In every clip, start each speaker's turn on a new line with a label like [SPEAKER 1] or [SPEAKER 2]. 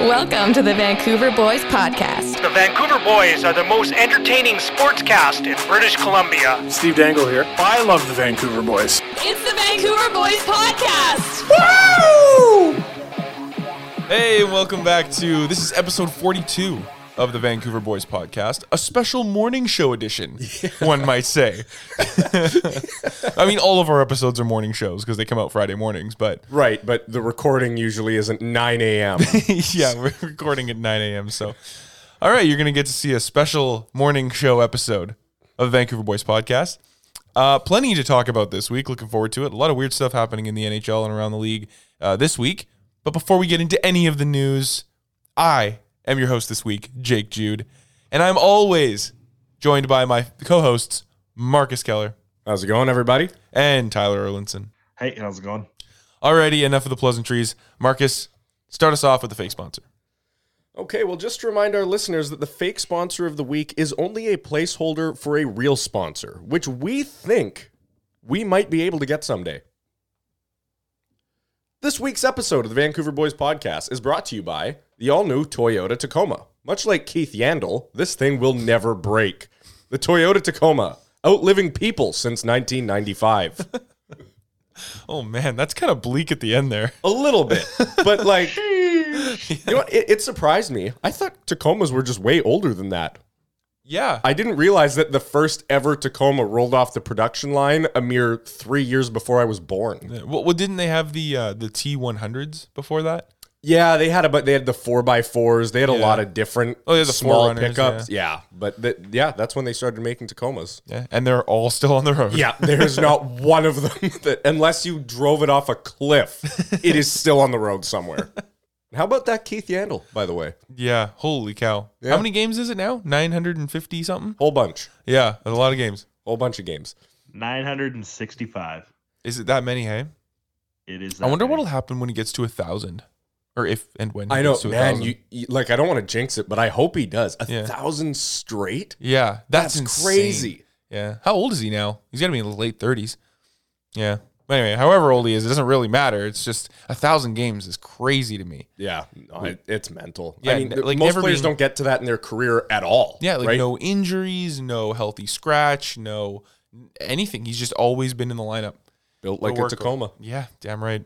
[SPEAKER 1] Welcome to the Vancouver Boys Podcast.
[SPEAKER 2] The Vancouver Boys are the most entertaining sportscast in British Columbia.
[SPEAKER 3] Steve Dangle here. I love the Vancouver boys.
[SPEAKER 1] It's the Vancouver Boys Podcast.
[SPEAKER 4] Hey, and welcome back to this is episode 42 of the Vancouver Boys podcast, a special morning show edition, one might say. I mean, all of our episodes are morning shows because they come out Friday mornings, but
[SPEAKER 5] Right, but the recording usually isn't 9 a.m.
[SPEAKER 4] yeah, we're recording at 9 a.m. So, all right, you're going to get to see a special morning show episode of Vancouver Boys podcast. Uh, plenty to talk about this week. Looking forward to it. A lot of weird stuff happening in the NHL and around the league uh, this week. But before we get into any of the news, I am your host this week, Jake Jude, and I'm always joined by my co-hosts Marcus Keller
[SPEAKER 5] How's it going, everybody?
[SPEAKER 4] and Tyler Erlinson.
[SPEAKER 6] Hey, how's it going?
[SPEAKER 4] Alrighty, enough of the pleasantries. Marcus, start us off with the fake sponsor.
[SPEAKER 5] Okay, well, just to remind our listeners that the fake sponsor of the week is only a placeholder for a real sponsor, which we think we might be able to get someday. This week's episode of the Vancouver Boys podcast is brought to you by the all new Toyota Tacoma. Much like Keith Yandel, this thing will never break. The Toyota Tacoma, outliving people since 1995.
[SPEAKER 4] Oh man, that's kind of bleak at the end there.
[SPEAKER 5] A little bit, but like, you know, what? It, it surprised me. I thought Tacomas were just way older than that.
[SPEAKER 4] Yeah.
[SPEAKER 5] I didn't realize that the first ever Tacoma rolled off the production line a mere three years before I was born.
[SPEAKER 4] well, well, didn't they have the uh, the T one hundreds before that?
[SPEAKER 5] Yeah, they had a but they had the four x fours. They had a lot of different
[SPEAKER 4] Oh, they had the
[SPEAKER 5] small
[SPEAKER 4] 4Runners,
[SPEAKER 5] pickups. Yeah, but th- yeah, that's when they started making Tacomas.
[SPEAKER 4] Yeah. And they're all still on the road.
[SPEAKER 5] Yeah, there's not one of them that, unless you drove it off a cliff, it is still on the road somewhere. How about that Keith Yandel, by the way?
[SPEAKER 4] Yeah. Holy cow. How many games is it now? Nine hundred and fifty something.
[SPEAKER 5] Whole bunch,
[SPEAKER 4] Yeah, that's a lot of games.
[SPEAKER 5] whole bunch of games.
[SPEAKER 6] 965.
[SPEAKER 4] Is it that many? Hey.
[SPEAKER 6] It is.
[SPEAKER 4] I wonder
[SPEAKER 6] that
[SPEAKER 4] what'll
[SPEAKER 6] big.
[SPEAKER 4] happen when he gets to a thousand, or if and when. He
[SPEAKER 5] I know,
[SPEAKER 4] gets to a
[SPEAKER 5] man.
[SPEAKER 4] 1,000.
[SPEAKER 5] You, you like, I don't want to jinx it, but I hope he does. A
[SPEAKER 4] Yeah.
[SPEAKER 5] thousand straight.
[SPEAKER 4] Yeah, that's,
[SPEAKER 5] That's
[SPEAKER 4] insane.
[SPEAKER 5] crazy.
[SPEAKER 4] Yeah. How old is he now? He's got to be in the late thirties. Yeah. But anyway, however old he is, it doesn't really matter. It's just a thousand games is crazy to me.
[SPEAKER 5] Yeah, no, it- it's mental.
[SPEAKER 4] Yeah,
[SPEAKER 5] I mean,
[SPEAKER 4] n- like,
[SPEAKER 5] most
[SPEAKER 4] never
[SPEAKER 5] players
[SPEAKER 4] being-
[SPEAKER 5] don't get to that in their career at all.
[SPEAKER 4] Yeah, like
[SPEAKER 5] right?
[SPEAKER 4] no injuries, no healthy scratch, no anything. He's just always been in the lineup.
[SPEAKER 5] built like
[SPEAKER 4] The
[SPEAKER 5] a
[SPEAKER 4] workload.
[SPEAKER 5] Tacoma.
[SPEAKER 4] Yeah, damn right.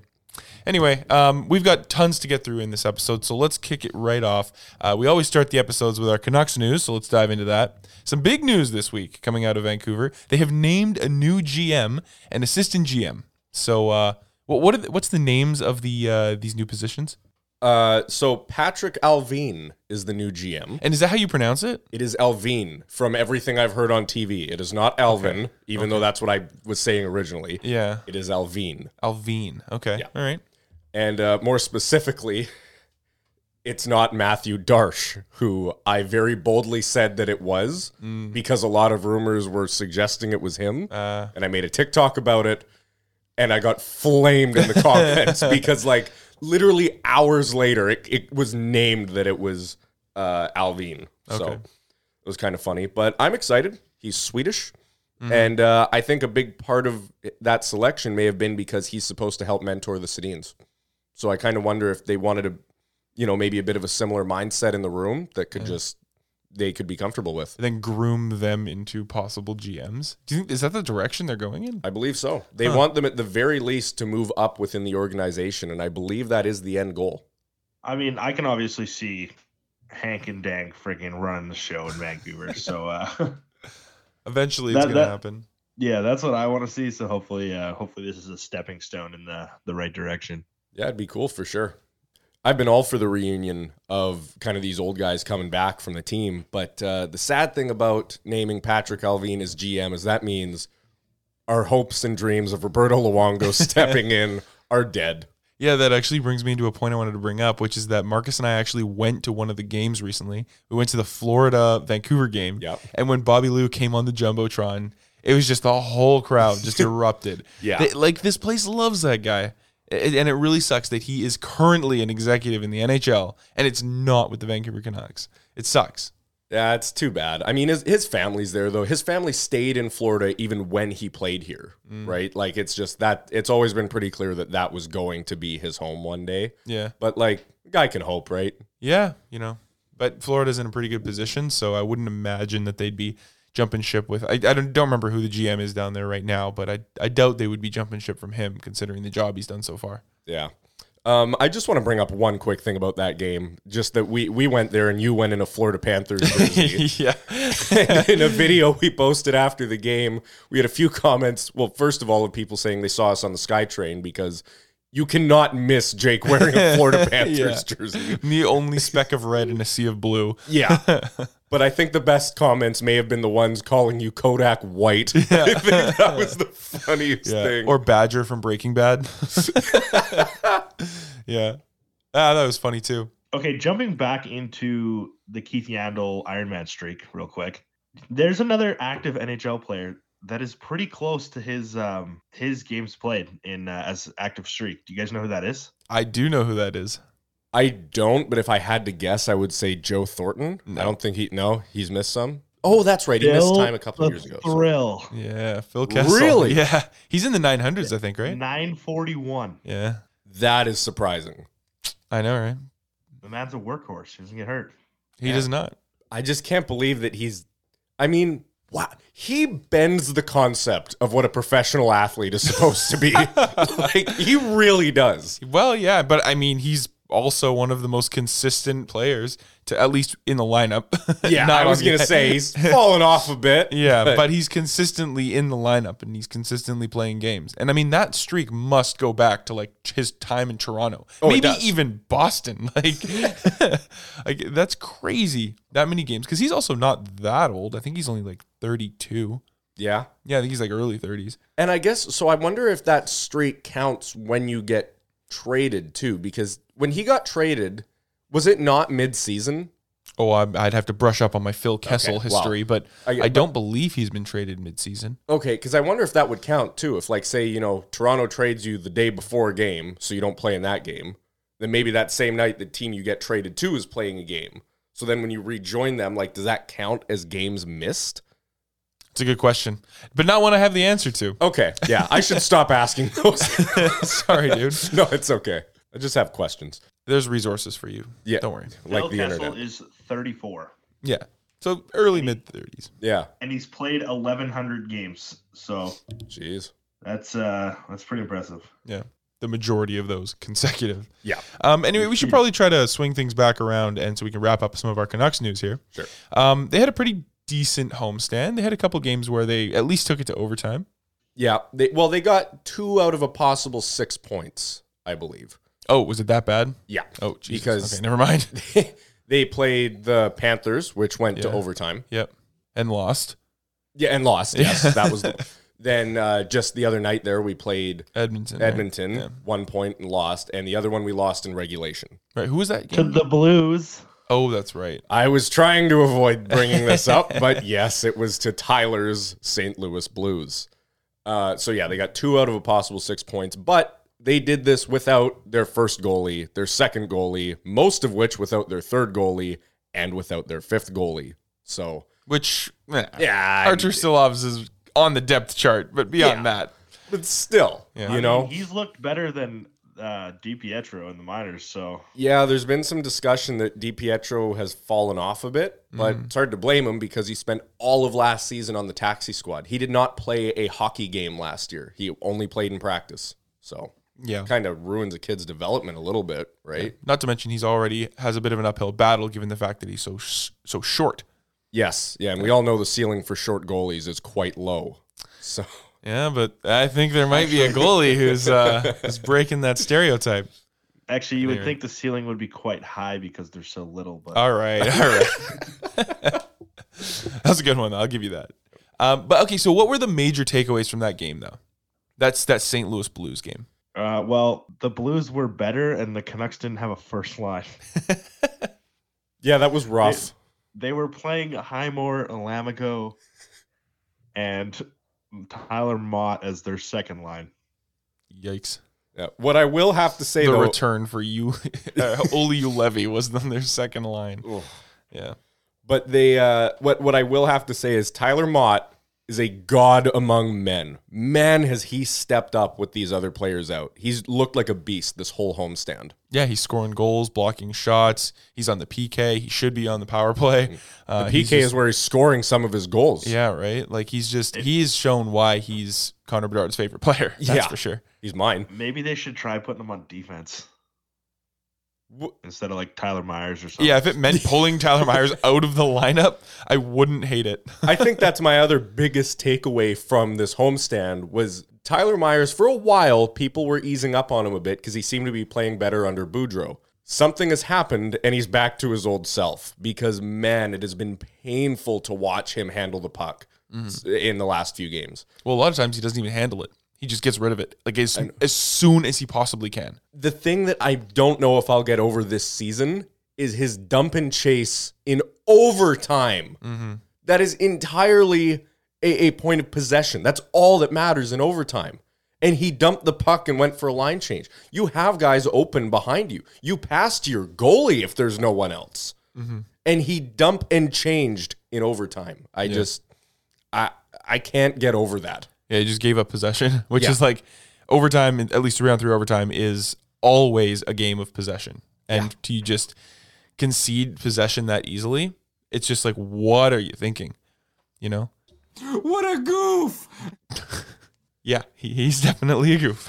[SPEAKER 4] Anyway, um, we've got tons to get through in this episode, so let's kick it right off. Uh, we always start the episodes with our Canucks news, so let's dive into that. Some big news this week coming out of Vancouver. They have named a new GM and assistant GM. So, uh, what what are the, what's the names of the uh, these new positions?
[SPEAKER 5] Uh, so Patrick Alvine is the new GM.
[SPEAKER 4] And is that how you pronounce it?
[SPEAKER 5] It is Alvine from everything I've heard on TV. It is not Alvin, even though that's what I was saying originally.
[SPEAKER 4] Yeah,
[SPEAKER 5] It is Alvine,
[SPEAKER 4] Alvin. Okay, all right.
[SPEAKER 5] and uh, more specifically, it's not Matthew Darsh, who I very boldly said that it was because a lot of rumors were suggesting it was him.
[SPEAKER 4] Uh,
[SPEAKER 5] and I made a TikTok about it, and I got flamed in the comments because like literally hours later, it, it was named that it was uh, Alvin. So
[SPEAKER 4] Okay.
[SPEAKER 5] it was kind of funny, but I'm excited. He's Swedish. And uh, I think a big part of that selection may have been because he's supposed to help mentor the Sedines. So I kind of wonder if they wanted to, you know, maybe a bit of a similar mindset in the room that could just they could be comfortable with.
[SPEAKER 4] and then groom them into possible GMs. Do you think is that the direction they're going in?
[SPEAKER 5] I believe so. They want them at the very least to move up within the organization, and I believe that is the end goal.
[SPEAKER 6] I mean, I can obviously see Hank and Dank freaking running the show in Vancouver. so, uh,
[SPEAKER 4] Eventually, it's
[SPEAKER 6] That-
[SPEAKER 4] going to
[SPEAKER 6] that-
[SPEAKER 4] happen.
[SPEAKER 6] yeah, that's what I want to see. So hopefully, uh, hopefully this is a stepping stone in the the right direction.
[SPEAKER 5] Yeah, it'd be cool for sure. I've been all for the reunion of kind of these old guys coming back from the team, but uh, the sad thing about naming Patrick Alvin as GM is that means our hopes and dreams of Roberto Luongo stepping in are dead.
[SPEAKER 4] Yeah, that actually brings me to a point I wanted to bring up, which is that Marcus and I actually went to one of the games recently. We went to the Florida Vancouver game.
[SPEAKER 5] Yep.
[SPEAKER 4] And when Bobby Lou came on the Jumbotron, it was just the whole crowd just erupted.
[SPEAKER 5] Yeah.
[SPEAKER 4] They- like this place loves that guy. A- and it really sucks that he is currently an executive in the NHL and it's not with the Vancouver Canucks. It sucks.
[SPEAKER 5] Yeah, it's too bad. I mean, his his family's there though. His family stayed in Florida even when he played here, right? Like it's just that it's always been pretty clear that that was going to be his home one day.
[SPEAKER 4] Yeah.
[SPEAKER 5] But like, guy can hope, right?
[SPEAKER 4] Yeah, you know, but Florida's in a pretty good position, so I wouldn't imagine that they'd be jumping ship with. I, I don't, don't remember who the GM is down there right now, but I, I doubt they would be jumping ship from him considering the job he's done so far.
[SPEAKER 5] Yeah. Um, I just want to bring up one quick thing about that game. Just that we we went there and you went in a Florida Panthers jersey.
[SPEAKER 4] yeah.
[SPEAKER 5] And in a video we posted after the game, we had a few comments. Well, first of all, of people saying they saw us on the SkyTrain because you cannot miss Jake wearing a Florida Panthers jersey.
[SPEAKER 4] The only speck of red in a sea of blue.
[SPEAKER 5] Yeah. But I think the best comments may have been the ones calling you Kodak White. I think that was the funniest
[SPEAKER 4] Yeah.
[SPEAKER 5] thing.
[SPEAKER 4] Or Badger from Breaking Bad. yeah. Ah, that was funny too.
[SPEAKER 6] Okay, jumping back into the Keith Yandel Iron Man streak real quick. There's another active NHL player that is pretty close to his um his games played in uh, as active streak. Do you guys know who that is?
[SPEAKER 4] I do know who that is.
[SPEAKER 5] I don't, but if I had to guess, I would say Joe Thornton. I don't think he. No, he's missed some. Oh, that's right. He missed time a couple of years ago. so-
[SPEAKER 6] Thrill.
[SPEAKER 4] Yeah, Phil Kessel.
[SPEAKER 5] Really?
[SPEAKER 4] Yeah. He's in the 900s, I think, right?
[SPEAKER 6] 941.
[SPEAKER 4] Yeah.
[SPEAKER 5] That is surprising.
[SPEAKER 4] I know, right?
[SPEAKER 6] The man's a workhorse. He doesn't get hurt.
[SPEAKER 4] He does not.
[SPEAKER 5] I just can't believe that he's. I mean, wow. He bends the concept of what a professional athlete is supposed to be. like he really does.
[SPEAKER 4] Well, yeah, but I mean, he's also one of the most consistent players to at least in the lineup.
[SPEAKER 5] Yeah,
[SPEAKER 4] Not
[SPEAKER 5] I was
[SPEAKER 4] on
[SPEAKER 5] gonna
[SPEAKER 4] the-
[SPEAKER 5] say he's fallen off a bit.
[SPEAKER 4] Yeah, but he's consistently in the lineup and he's consistently playing games. And I mean, that streak must go back to like his time in Toronto,
[SPEAKER 5] Oh, it
[SPEAKER 4] maybe
[SPEAKER 5] does.
[SPEAKER 4] even Boston. Like, like that's crazy. That many games because he's also not that old. I think he's only like thirty-two.
[SPEAKER 5] yeah.
[SPEAKER 4] Yeah, I think he's like early thirties.
[SPEAKER 5] And I guess so. I wonder if that streak counts when you get traded too, because when he got traded, was it not mid-season?
[SPEAKER 4] Oh, I'm, I'd have to brush up on my Phil Kessel
[SPEAKER 5] well,
[SPEAKER 4] history, but
[SPEAKER 5] I-
[SPEAKER 4] I,
[SPEAKER 5] but-
[SPEAKER 4] don't believe he's been traded midseason.
[SPEAKER 5] Okay, because I wonder if that would count too. If like say you know Toronto trades you the day before a game, so you don't play in that game, then maybe that same night the team you get traded to is playing a game. So then when you rejoin them, like does that count as games missed?
[SPEAKER 4] It's a good question, but not one I have the answer to.
[SPEAKER 5] Okay, yeah, I should stop asking those.
[SPEAKER 4] Sorry, dude.
[SPEAKER 5] no, it's okay. I just have questions,
[SPEAKER 4] There's resources for you.
[SPEAKER 5] Yeah.
[SPEAKER 4] Don't worry.
[SPEAKER 5] like
[SPEAKER 6] Phil
[SPEAKER 5] the
[SPEAKER 6] Kessel
[SPEAKER 5] internet.
[SPEAKER 6] is 34,
[SPEAKER 4] Yeah. So early mid 30s.
[SPEAKER 5] yeah,
[SPEAKER 6] and he's played 1,100 games. So
[SPEAKER 5] jeez.
[SPEAKER 6] that's uh that's pretty impressive.
[SPEAKER 4] Yeah. The majority of those consecutive.
[SPEAKER 5] Yeah.
[SPEAKER 4] Um, anyway, we should probably try to swing things back around and so we can wrap up some of our Canucks news here.
[SPEAKER 5] Sure.
[SPEAKER 4] Um, they had a pretty decent homestand. They had a couple games where they at least took it to overtime.
[SPEAKER 5] Yeah. They, well, they got two out of a possible six points, I believe.
[SPEAKER 4] Oh, was it that bad?
[SPEAKER 5] Yeah.
[SPEAKER 4] Oh, Jesus.
[SPEAKER 5] Because-
[SPEAKER 4] okay, never mind.
[SPEAKER 5] they played the Panthers, which went to
[SPEAKER 4] Yeah.
[SPEAKER 5] overtime.
[SPEAKER 4] yep. And lost.
[SPEAKER 5] Yeah, and lost. Yes,
[SPEAKER 4] Yeah.
[SPEAKER 5] that was. The, then uh, just the other night there, we played
[SPEAKER 4] Edmonton. right?
[SPEAKER 5] Edmonton
[SPEAKER 4] Yeah.
[SPEAKER 5] one point and lost, and the other one we lost in regulation.
[SPEAKER 4] Right. Who was that
[SPEAKER 6] To
[SPEAKER 4] game?
[SPEAKER 6] the Blues.
[SPEAKER 4] Oh, that's right.
[SPEAKER 5] I was trying to avoid bringing this up, but yes, it was to Tyler's St. Louis Blues. Uh, so yeah, they got two out of a possible six points, but they did this without their first goalie, their second goalie, most of which without their third goalie, and without their fifth goalie. So
[SPEAKER 4] Which eh,
[SPEAKER 5] yeah,
[SPEAKER 4] Archer Silovs is on the depth chart, but beyond
[SPEAKER 5] Yeah.
[SPEAKER 4] that,
[SPEAKER 5] but still,
[SPEAKER 4] Yeah.
[SPEAKER 5] you know,
[SPEAKER 6] he's looked better than uh DiPietro in the minors. So
[SPEAKER 5] Yeah, there's been some discussion that Di Pietro has fallen off a bit, but it's hard to blame him because he spent all of last season on the taxi squad. He did not play a hockey game last year. He only played in practice. So
[SPEAKER 4] yeah.
[SPEAKER 5] kind of ruins a kid's development a little bit, right?
[SPEAKER 4] Not to mention he's already has a bit of an uphill battle given the fact that he's so sh- so short.
[SPEAKER 5] Yes. Yeah, and we all know the ceiling for short goalies is quite low. So
[SPEAKER 4] Yeah, but I think there might be a goalie who's uh, is breaking that stereotype.
[SPEAKER 6] actually, you would
[SPEAKER 4] There.
[SPEAKER 6] think the ceiling would be quite high because they're so little. But
[SPEAKER 4] All right, all right. That's a good one. I'll give you that. Um, but okay, so what were the major takeaways from that game though? That's that St. Louis Blues game.
[SPEAKER 6] uh, well, the Blues were better, and the Canucks didn't have a first line.
[SPEAKER 5] yeah, that was rough.
[SPEAKER 6] they were playing Highmore Alamigo and Tyler Mott as their second line.
[SPEAKER 4] Yikes!
[SPEAKER 5] Yeah. What I will have to say
[SPEAKER 4] the
[SPEAKER 5] though,
[SPEAKER 4] return for you, uh, Oli Levy was on their second line.
[SPEAKER 5] Oof.
[SPEAKER 4] Yeah.
[SPEAKER 5] But they uh, what what I will have to say is Tyler Mott is a god among men. Man, has he stepped up with these other players out. He's looked like a beast this whole homestand.
[SPEAKER 4] Yeah, he's scoring goals, blocking shots. He's on the PK. He should be on the power play. Uh,
[SPEAKER 5] PK
[SPEAKER 4] he's
[SPEAKER 5] is where he's scoring some of his goals.
[SPEAKER 4] just- yeah, right. Like he's just he's shown why he's Connor Bedard's favorite player. That's
[SPEAKER 5] Yeah.
[SPEAKER 4] for sure.
[SPEAKER 5] he's mine.
[SPEAKER 6] Maybe they should try putting him on defense
[SPEAKER 5] W-
[SPEAKER 6] instead of like Tyler Myers or something.
[SPEAKER 4] Yeah, if it meant pulling Tyler Myers out of the lineup, I wouldn't hate it.
[SPEAKER 5] I think that's my other biggest takeaway from this homestand was Tyler Myers. For a while, people were easing up on him a bit because he seemed to be playing better under Boudreaux. Something has happened, and he's back to his old self because man, it has been painful to watch him handle the puck s- in the last few games.
[SPEAKER 4] Well, a lot of times he doesn't even handle it. He just gets rid of it like as, as soon as he possibly can.
[SPEAKER 5] The thing that I don't know if I'll get over this season is his dump and chase in overtime. That is entirely a, a point of possession. That's all that matters in overtime. And he dumped the puck and went for a line change. You have guys open behind you. You pass to your goalie if there's no one else. And he dump and changed in overtime. I just, I, I can't get over that.
[SPEAKER 4] Yeah, he just gave up possession, which
[SPEAKER 5] Yeah.
[SPEAKER 4] is like overtime, at least three on three overtime, is always a game of possession. And to you just concede possession that easily, it's just like, what are you thinking? You know?
[SPEAKER 7] What a goof!
[SPEAKER 4] Yeah, he, he's definitely a goof.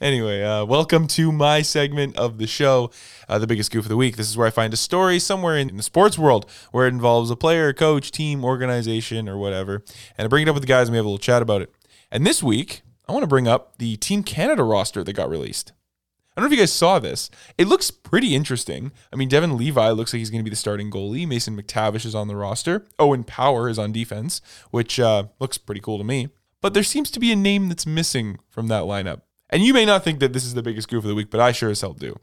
[SPEAKER 4] anyway, uh, welcome to my segment of the show, uh, The Biggest Goof of the Week. This is where I find a story somewhere in the sports world where it involves a player, coach, team, organization, or whatever. And I bring it up with the guys and we have a little chat about it. And this week, I want to bring up the Team Canada roster that got released. I don't know if you guys saw this. It looks pretty interesting. I mean, Devin Levi looks like he's going to be the starting goalie. Mason McTavish is on the roster. Owen Power is on defense, which uh, looks pretty cool to me. But there seems to be a name that's missing from that lineup. And you may not think that this is the biggest goof of the week, but I sure as hell do.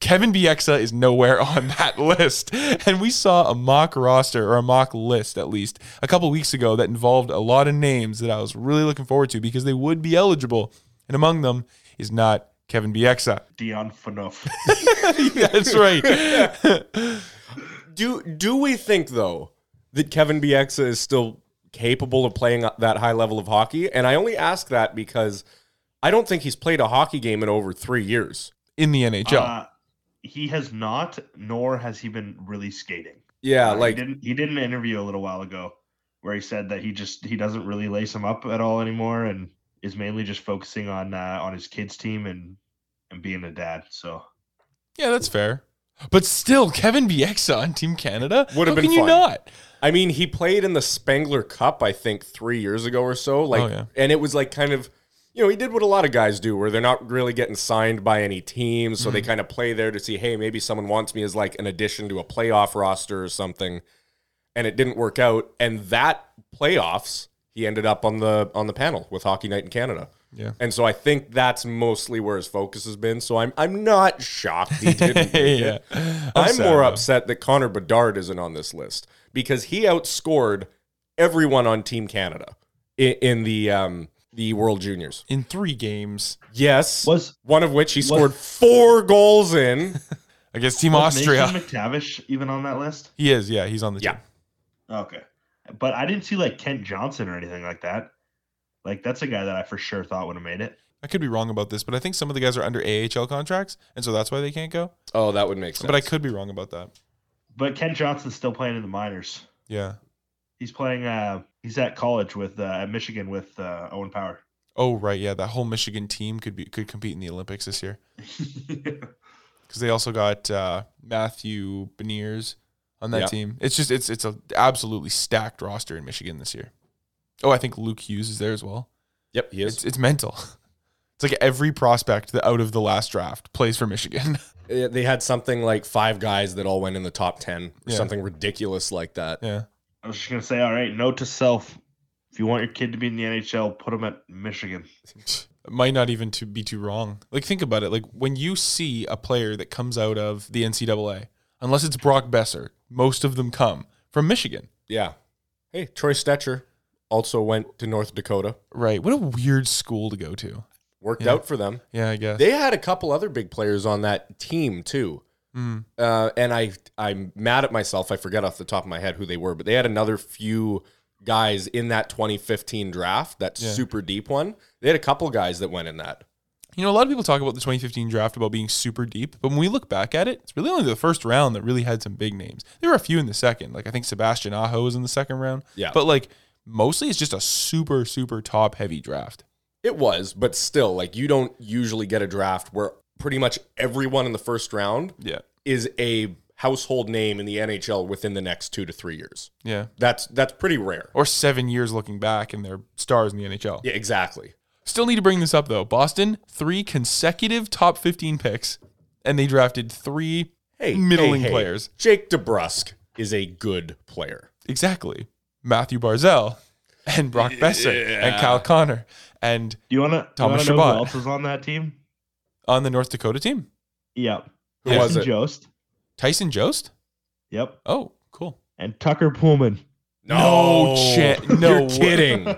[SPEAKER 4] Kevin Bieksa is nowhere on that list. And we saw a mock roster or a mock list, at least, a couple weeks ago that involved a lot of names that I was really looking forward to because they would be eligible. And among them is not Kevin Bieksa.
[SPEAKER 6] Dion Phaneuf.
[SPEAKER 4] That's right.
[SPEAKER 5] Do do we think though that Kevin Bieksa is still capable of playing that high level of hockey? And I only ask that because I don't think he's played a hockey game in over three years.
[SPEAKER 4] In the NHL.
[SPEAKER 6] Uh, he has not, nor has he been really skating.
[SPEAKER 5] Yeah,
[SPEAKER 6] Uh,
[SPEAKER 5] like
[SPEAKER 6] he didn't he did an interview a little while ago where he said that he just he doesn't really lace him up at all anymore and is mainly just focusing on uh, on his kids team and and being a dad. So
[SPEAKER 4] yeah, that's fair. But still, Kevin Bieksa on Team Canada?
[SPEAKER 5] Would have
[SPEAKER 4] How
[SPEAKER 5] been
[SPEAKER 4] can you
[SPEAKER 5] fun.
[SPEAKER 4] not?
[SPEAKER 5] I mean, he played in the Spangler Cup, I think, three years ago or so. Like,
[SPEAKER 4] Oh, yeah.
[SPEAKER 5] and it was like kind of, you know, he did what a lot of guys do, where they're not really getting signed by any team, so
[SPEAKER 4] Mhm.
[SPEAKER 5] they kind of play there to see, hey, maybe someone wants me as like an addition to a playoff roster or something. And it didn't work out. And that playoffs, he ended up on the on the panel with Hockey Night in Canada.
[SPEAKER 4] Yeah.
[SPEAKER 5] And so I think that's mostly where his focus has been. So I'm I'm not shocked he didn't. make
[SPEAKER 4] yeah.
[SPEAKER 5] it. I'm
[SPEAKER 4] sad,
[SPEAKER 5] more
[SPEAKER 4] though.
[SPEAKER 5] upset that Connor Bedard isn't on this list because he outscored everyone on Team Canada in, in the um, the World Juniors.
[SPEAKER 4] In three games
[SPEAKER 5] Yes,
[SPEAKER 6] was
[SPEAKER 5] one of which he scored four goals in.
[SPEAKER 4] against Team
[SPEAKER 6] was
[SPEAKER 4] Austria.
[SPEAKER 6] Mason McTavish even on that list?
[SPEAKER 4] he is, yeah. He's on the
[SPEAKER 5] Yeah.
[SPEAKER 4] team.
[SPEAKER 6] Okay, but I didn't see like Kent Johnson or anything like that. Like that's a guy that I for sure thought would have made it.
[SPEAKER 4] I could be wrong about this, but I think some of the guys are under AHL contracts, and so that's why they can't go.
[SPEAKER 5] Oh, that would make sense.
[SPEAKER 4] But I could be wrong about that.
[SPEAKER 6] But Kent Johnson's still playing in the minors.
[SPEAKER 4] Yeah.
[SPEAKER 6] He's playing. uh He's at college with uh, at Michigan with uh, Owen Power.
[SPEAKER 4] Oh right, yeah. That whole Michigan team could be could compete in the Olympics this year because they also got uh, Matthew Beniers on that
[SPEAKER 5] Yeah.
[SPEAKER 4] team. It's just it's it's a absolutely stacked roster in Michigan this year. Oh, I think Luke Hughes is there as well.
[SPEAKER 5] Yep, he
[SPEAKER 4] It's it's mental. It's like every prospect that out of the last draft plays for Michigan.
[SPEAKER 5] Uh, They had something like five guys that all went in the top ten, or
[SPEAKER 4] Yeah.
[SPEAKER 5] something ridiculous like that.
[SPEAKER 4] yeah.
[SPEAKER 6] I was just gonna say, all right, note to self: if you want your kid to be in the NHL, put him at Michigan.
[SPEAKER 4] might not even to be too wrong. Like think about it. Like when you see a player that comes out of the NCAA, unless it's Brock Besser, most of them come from Michigan.
[SPEAKER 5] Yeah. Hey, Troy Stetcher also went to North Dakota.
[SPEAKER 4] Right. What a weird school to go to.
[SPEAKER 5] Worked
[SPEAKER 4] Yeah.
[SPEAKER 5] out for them.
[SPEAKER 4] Yeah, I guess.
[SPEAKER 5] They had a couple other big players on that team too.
[SPEAKER 4] Mm.
[SPEAKER 5] uh, and I I'm mad at myself. I forget off the top of my head who they were, but they had another few guys in that 2015 draft, that
[SPEAKER 4] Yeah.
[SPEAKER 5] super deep one. They had a couple guys that went in that.
[SPEAKER 4] You know, a lot of people talk about the 2015 draft about being super deep, but when we look back at it, it's really only the first round that really had some big names. There were a few in the second, like I think Sebastian Aho was in the second round.
[SPEAKER 5] Yeah.
[SPEAKER 4] But like mostly it's just a super, super top heavy draft.
[SPEAKER 5] It was, but still, like you don't usually get a draft where pretty much everyone in the first round
[SPEAKER 4] Yeah.
[SPEAKER 5] is a household name in the NHL within the next two to three years.
[SPEAKER 4] Yeah.
[SPEAKER 5] That's that's pretty rare.
[SPEAKER 4] Or seven years looking back and they're stars in the NHL.
[SPEAKER 5] Yeah, exactly.
[SPEAKER 4] Still need to bring this up though. Boston, three consecutive top 15 picks, and they drafted three
[SPEAKER 5] Hey,
[SPEAKER 4] middling
[SPEAKER 5] hey, hey,
[SPEAKER 4] players.
[SPEAKER 5] Jake DeBrusque is a good player.
[SPEAKER 4] Exactly. Matthew Barzell and Brock Besser and Kyle Connor and
[SPEAKER 6] Do you want to
[SPEAKER 4] Thomas
[SPEAKER 6] know
[SPEAKER 4] Shabbat.
[SPEAKER 6] who else is on that team?
[SPEAKER 4] on the North Dakota team,
[SPEAKER 6] Yep.
[SPEAKER 5] Who
[SPEAKER 4] Yeah.
[SPEAKER 5] was
[SPEAKER 6] Tyson
[SPEAKER 5] it?
[SPEAKER 6] Jost.
[SPEAKER 4] Tyson Jost.
[SPEAKER 6] Yep.
[SPEAKER 4] Oh, cool.
[SPEAKER 6] And Tucker Pullman.
[SPEAKER 4] No cha- no
[SPEAKER 5] You're
[SPEAKER 4] way.
[SPEAKER 5] kidding.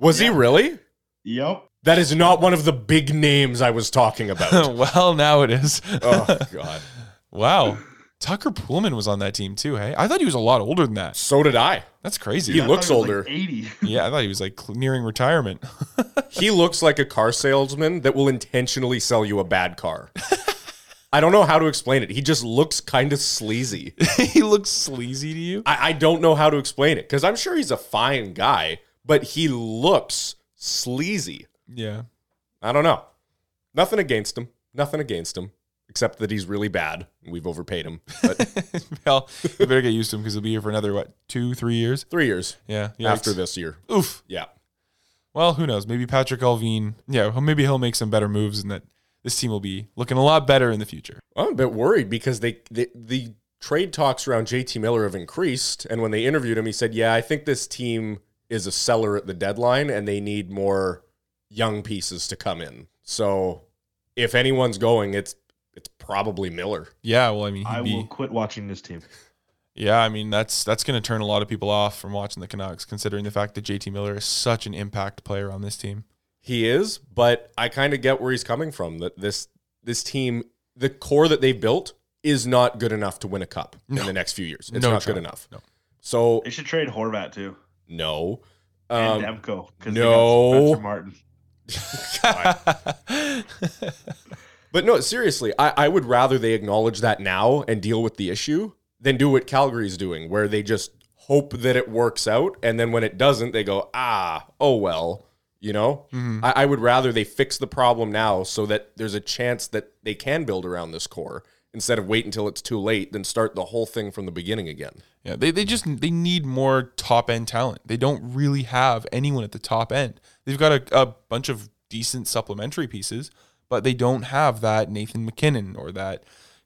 [SPEAKER 5] Was he really?
[SPEAKER 6] yep.
[SPEAKER 5] That is not one of the big names I was talking about.
[SPEAKER 4] well, now it is.
[SPEAKER 5] oh god.
[SPEAKER 4] wow. Tucker Pullman was on that team too, hey? I thought he was a lot older than that.
[SPEAKER 5] So did I.
[SPEAKER 4] That's crazy.
[SPEAKER 5] He
[SPEAKER 6] I thought
[SPEAKER 5] looks
[SPEAKER 6] was, like,
[SPEAKER 5] older.
[SPEAKER 6] 80.
[SPEAKER 4] yeah, I thought he was like cl- nearing retirement.
[SPEAKER 5] He looks like a car salesman that will intentionally sell you a bad car. I don't know how to explain it. He just looks kind of sleazy.
[SPEAKER 4] he looks sleazy to you.
[SPEAKER 5] I, I don't know how to explain it because I'm sure he's a fine guy, but he looks sleazy.
[SPEAKER 4] Yeah.
[SPEAKER 5] I don't know. Nothing against him. Nothing against him, except that he's really bad. and We've overpaid him. But
[SPEAKER 4] well, you better get used to him because he'll be here for another what, two, three years.
[SPEAKER 5] three years
[SPEAKER 4] Yeah. Yikes.
[SPEAKER 5] after this year.
[SPEAKER 4] Oof.
[SPEAKER 5] Yeah.
[SPEAKER 4] Well, who knows? Maybe Patrick Alvine. Yeah, well, maybe he'll make some better moves, and that this team will be looking a lot better in the future.
[SPEAKER 5] I'm a bit worried because they the, the trade talks around JT Miller have increased, and when they interviewed him, he said, "Yeah, I think this team is a seller at the deadline, and they need more young pieces to come in. So if anyone's going, it's it's probably Miller.
[SPEAKER 4] Yeah. Well, I mean, he'd
[SPEAKER 6] I
[SPEAKER 4] be.
[SPEAKER 6] will quit watching this team.
[SPEAKER 4] Yeah, I mean that's that's going to turn a lot of people off from watching the Canucks, considering the fact that JT Miller is such an impact player on this team.
[SPEAKER 5] He is, but I kind of get where he's coming from. That this this team, the core that they've built, is not good enough to win a cup in the next few years. It's
[SPEAKER 4] No
[SPEAKER 5] not
[SPEAKER 4] chance.
[SPEAKER 5] good enough.
[SPEAKER 4] No.
[SPEAKER 5] So
[SPEAKER 6] They should trade Horvat too.
[SPEAKER 5] no.
[SPEAKER 6] And
[SPEAKER 5] Um,
[SPEAKER 6] Demko. 'cause they got
[SPEAKER 5] no.
[SPEAKER 6] Spencer Martin.
[SPEAKER 5] But no, seriously, I, I would rather they acknowledge that now and deal with the issue than do what Calgary's doing, where they just hope that it works out. And then when it doesn't, they go, ah, oh well. You know, I, I would rather they fix the problem now so that there's a chance that they can build around this core instead of wait until it's too late, then start the whole thing from the beginning again.
[SPEAKER 4] yeah, they they just they need more top end talent. They don't really have anyone at the top end. They've got a, a bunch of decent supplementary pieces, but they don't have that Nathan McKinnon or that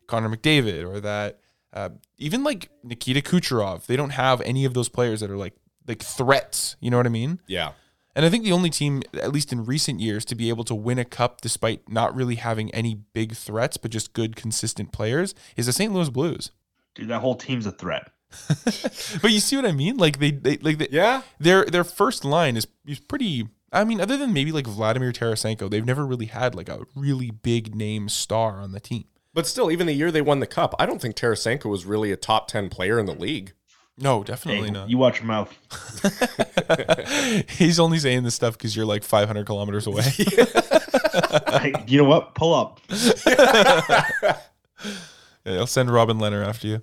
[SPEAKER 4] Connor McDavid or that uh, even like Nikita Kucherov. They don't have any of those players that are like like threats. You know what I mean?
[SPEAKER 5] Yeah.
[SPEAKER 4] And I think the only team, at least in recent years, to be able to win a cup despite not really having any big threats, but just good, consistent players, is the St. Louis Blues.
[SPEAKER 6] Dude, that whole team's a threat.
[SPEAKER 4] But you see what I mean? Like they, they like they,
[SPEAKER 5] Yeah.
[SPEAKER 4] their their first line is is pretty. I mean, other than maybe like Vladimir Tarasenko, they've never really had like a really big name star on the team.
[SPEAKER 5] But still, even the year they won the cup, I don't think Tarasenko was really a top 10 player in the league.
[SPEAKER 4] No,
[SPEAKER 6] Hey,
[SPEAKER 4] definitely not.
[SPEAKER 6] you watch your mouth.
[SPEAKER 4] He's only saying this stuff because you're like 500 kilometers away.
[SPEAKER 6] Hey, you know what? Pull up.
[SPEAKER 4] Yeah, I'll send Robin Leonard after you.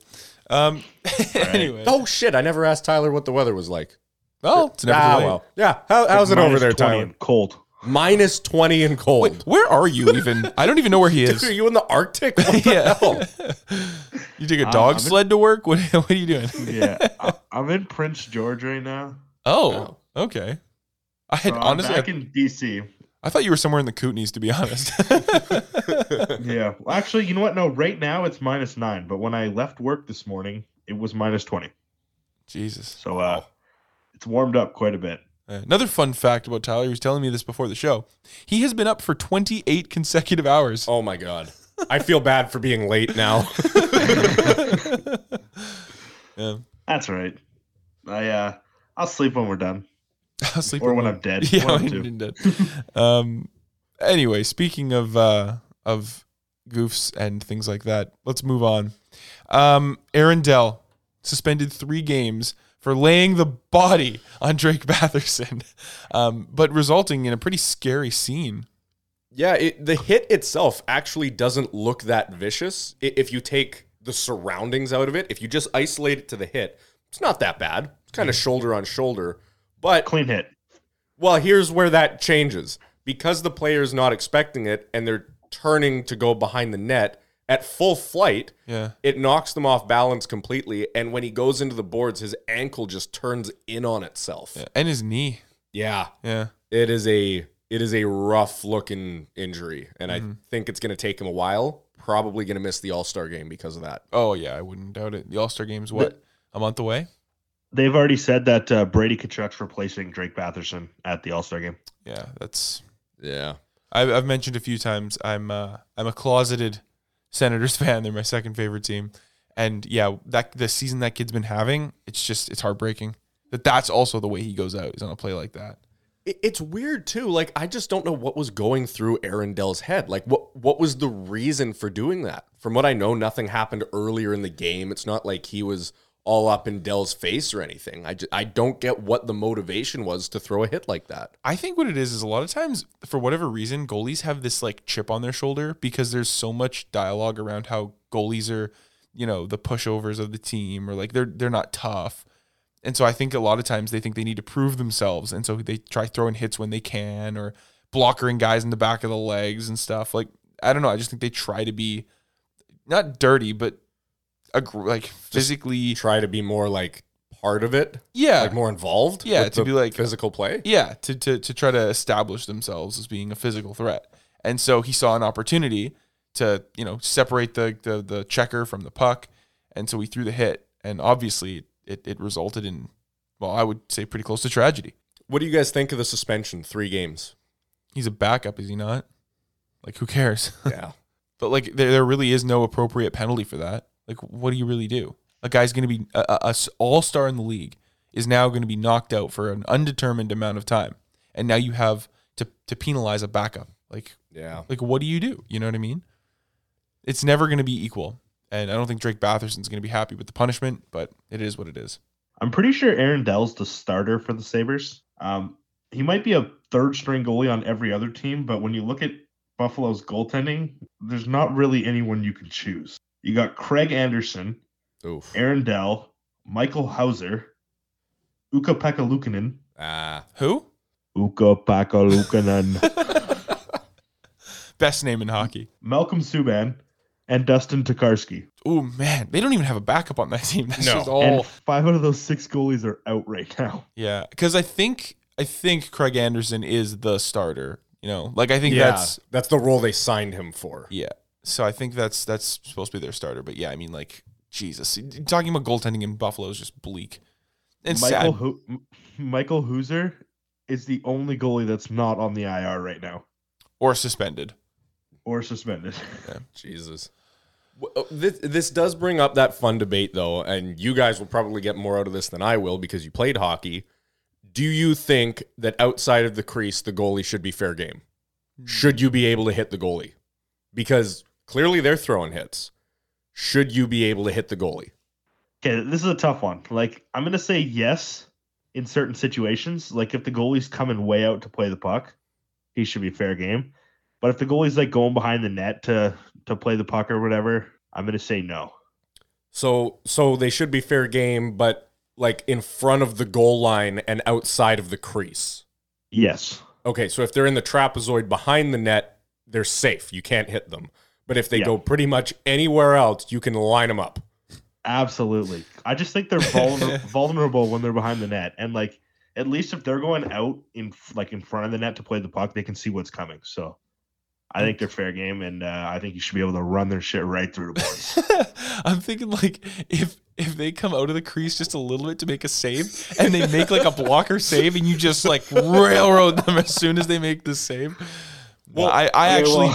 [SPEAKER 4] Um, anyway,
[SPEAKER 5] Oh, shit. I never asked Tyler what the weather was like.
[SPEAKER 4] well, it's never
[SPEAKER 5] Ah,
[SPEAKER 4] too late.
[SPEAKER 5] well. Yeah. How, how's it
[SPEAKER 6] Minus
[SPEAKER 5] over there,
[SPEAKER 6] 20
[SPEAKER 5] Tyler?
[SPEAKER 6] and Cold.
[SPEAKER 5] Minus 20 and cold.
[SPEAKER 4] Wait, where are you even? I don't even know where he
[SPEAKER 5] Dude, are
[SPEAKER 4] is.
[SPEAKER 5] you in the Arctic? What the
[SPEAKER 4] Yeah.
[SPEAKER 5] hell?
[SPEAKER 4] You take a dog
[SPEAKER 6] I'm in-
[SPEAKER 4] sled to work? What, what are you doing?
[SPEAKER 6] Yeah. I, I'm in Prince George right now.
[SPEAKER 4] Oh, okay. I had
[SPEAKER 6] So I'm
[SPEAKER 4] honestly,
[SPEAKER 6] back
[SPEAKER 4] I,
[SPEAKER 6] in DC.
[SPEAKER 4] I thought you were somewhere in the Kootenays, to be honest.
[SPEAKER 6] Yeah. Well, actually, you know what? No, right now it's minus nine. But when I left work this morning, it was minus twenty.
[SPEAKER 4] Jesus. Uh,
[SPEAKER 6] So uh, it's warmed up quite a bit.
[SPEAKER 4] Another fun fact about Tyler, he was telling me this before the show. He has been up for 28 consecutive hours.
[SPEAKER 5] Oh, my God. I feel bad for being late now.
[SPEAKER 4] Yeah.
[SPEAKER 6] That's all right. I uh, I'll sleep when we're done,
[SPEAKER 4] I'll sleep
[SPEAKER 6] or
[SPEAKER 4] on
[SPEAKER 6] when
[SPEAKER 4] that.
[SPEAKER 6] I'm dead.
[SPEAKER 4] Yeah,
[SPEAKER 6] One
[SPEAKER 4] I
[SPEAKER 6] of two.
[SPEAKER 4] didn't do it. um, anyway, speaking of uh, of goofs and things like that. Let's move on. Um, Aaron Dell suspended three games for laying the body on Drake Batherson, um, but resulting in a pretty scary scene.
[SPEAKER 5] Yeah, it, the hit itself actually doesn't look that vicious. I- If you take the surroundings out of it, if you just isolate it to the hit, it's not that bad. It's kind of shoulder on shoulder. But,
[SPEAKER 6] Clean hit.
[SPEAKER 5] well, here's where that changes. Because the player's not expecting it and they're turning to go behind the net at full flight,
[SPEAKER 4] Yeah.
[SPEAKER 5] it knocks them off balance completely. And when he goes into the boards, his ankle just turns in on itself.
[SPEAKER 4] And his knee.
[SPEAKER 5] yeah
[SPEAKER 4] Yeah.
[SPEAKER 5] it is a it is a rough looking injury, and I think it's going to take him a while. Probably going to miss the All Star game because of that.
[SPEAKER 4] Oh, yeah. I wouldn't doubt it. The All Star game's what? A month away?
[SPEAKER 6] They've already said that uh, Brady Kachuk's replacing Drake Batherson at the All Star game.
[SPEAKER 4] Yeah. That's.
[SPEAKER 5] Yeah,
[SPEAKER 4] I've, I've mentioned a few times I'm uh, I'm a closeted Senators fan. They're my second favorite team, and yeah, that the season that kid's been having, it's just it's heartbreaking that that's also the way he goes out is on a play like that.
[SPEAKER 5] it, it's weird too. Like I just don't know what was going through Aaron Dell's head. Like what what was the reason for doing that? From what I know, nothing happened earlier in the game. It's not like he was all up in Dell's face or anything. I just, I don't get what the motivation was to throw a hit like that.
[SPEAKER 4] I think what it is is a lot of times, for whatever reason, goalies have this like chip on their shoulder because there's so much dialogue around how goalies are, you know, the pushovers of the team or like they're they're not tough. And so I think a lot of times they think they need to prove themselves, and so they try throwing hits when they can or blockering guys in the back of the legs and stuff. Like I don't know, I just think they try to be not dirty, but aggr- like physically,
[SPEAKER 5] Try to be more like part of it,
[SPEAKER 4] yeah,
[SPEAKER 5] like more involved.
[SPEAKER 4] Yeah,
[SPEAKER 5] with
[SPEAKER 4] to
[SPEAKER 5] the
[SPEAKER 4] be like-
[SPEAKER 5] physical play.
[SPEAKER 4] yeah to, to to try to establish themselves as being a physical threat and so he saw an opportunity to you know separate the the, the checker from the puck and so he threw the hit and obviously it, it resulted in well i would say pretty close to tragedy
[SPEAKER 5] What do you guys think of the suspension? Three games.
[SPEAKER 4] he's a backup is he not like who cares
[SPEAKER 5] Yeah.
[SPEAKER 4] but like there, there really is no appropriate penalty for that like what do you really do a guy's going to be a, a- a s- all-star in the league is now going to be knocked out for an undetermined amount of time and now you have to to penalize a backup like
[SPEAKER 5] yeah.
[SPEAKER 4] like what do you do you know what i mean it's never going to be equal and i don't think drake batherson's going to be happy with the punishment but it is what it is
[SPEAKER 6] I'm pretty sure Aaron Dell's the starter for the Sabres. Um, he might be a third string goalie on every other team, but when you look at Buffalo's goaltending, there's not really anyone you can choose. You got Craig Anderson,
[SPEAKER 5] Oof.
[SPEAKER 6] Aaron Dell, Michael Hauser, Uka Pekalukinen.
[SPEAKER 5] Ah.
[SPEAKER 4] who
[SPEAKER 6] Uka Pekalukinen.
[SPEAKER 4] best name in hockey
[SPEAKER 6] Malcolm Subban and Dustin Tokarski.
[SPEAKER 4] oh man they don't even have a backup on that team that's
[SPEAKER 5] No.
[SPEAKER 4] just all
[SPEAKER 6] And five out of those six goalies are out right now.
[SPEAKER 4] Yeah, because I think I think Craig Anderson is the starter. You know, like I think
[SPEAKER 5] yeah.
[SPEAKER 4] that's
[SPEAKER 5] That's that's the role they signed him for.
[SPEAKER 4] yeah. So I think that's that's supposed to be their starter. But yeah, I mean, like Jesus, talking about goaltending in Buffalo is just bleak and
[SPEAKER 6] Michael
[SPEAKER 4] sad.
[SPEAKER 6] Ho- M- Michael Hooser is the only goalie that's not on the IR right now
[SPEAKER 4] or suspended.
[SPEAKER 6] or suspended.
[SPEAKER 5] Jesus. W- uh, This, this does bring up that fun debate though, and you guys will probably get more out of this than I will because you played hockey. Do you think that outside of the crease, the goalie should be fair game? Should you be able to hit the goalie? Because clearly they're throwing hits. Should you be able to hit the goalie?
[SPEAKER 6] Okay, this is a tough one. Like I'm gonna say yes in certain situations. Like if the goalie's coming way out to play the puck, he should be fair game. But if the goalie's like going behind the net to to play the puck or whatever, I'm gonna say no.
[SPEAKER 5] So so they should be fair game, but like in front of the goal line and outside of the crease.
[SPEAKER 6] Yes.
[SPEAKER 5] Okay, so if they're in the trapezoid behind the net, they're safe. You can't hit them. But if they
[SPEAKER 6] Yeah.
[SPEAKER 5] go pretty much anywhere else, you can line them up.
[SPEAKER 6] Absolutely. I just think they're vulner- vulnerable when they're behind the net, and like at least if they're going out in like in front of the net to play the puck, they can see what's coming. So I think they're fair game, and uh, I think you should be able to run their shit right through the boards.
[SPEAKER 4] I'm thinking like if if they come out of the crease just a little bit to make a save and they make like a blocker save and you just like railroad them as soon as they make the save. Well, I, I actually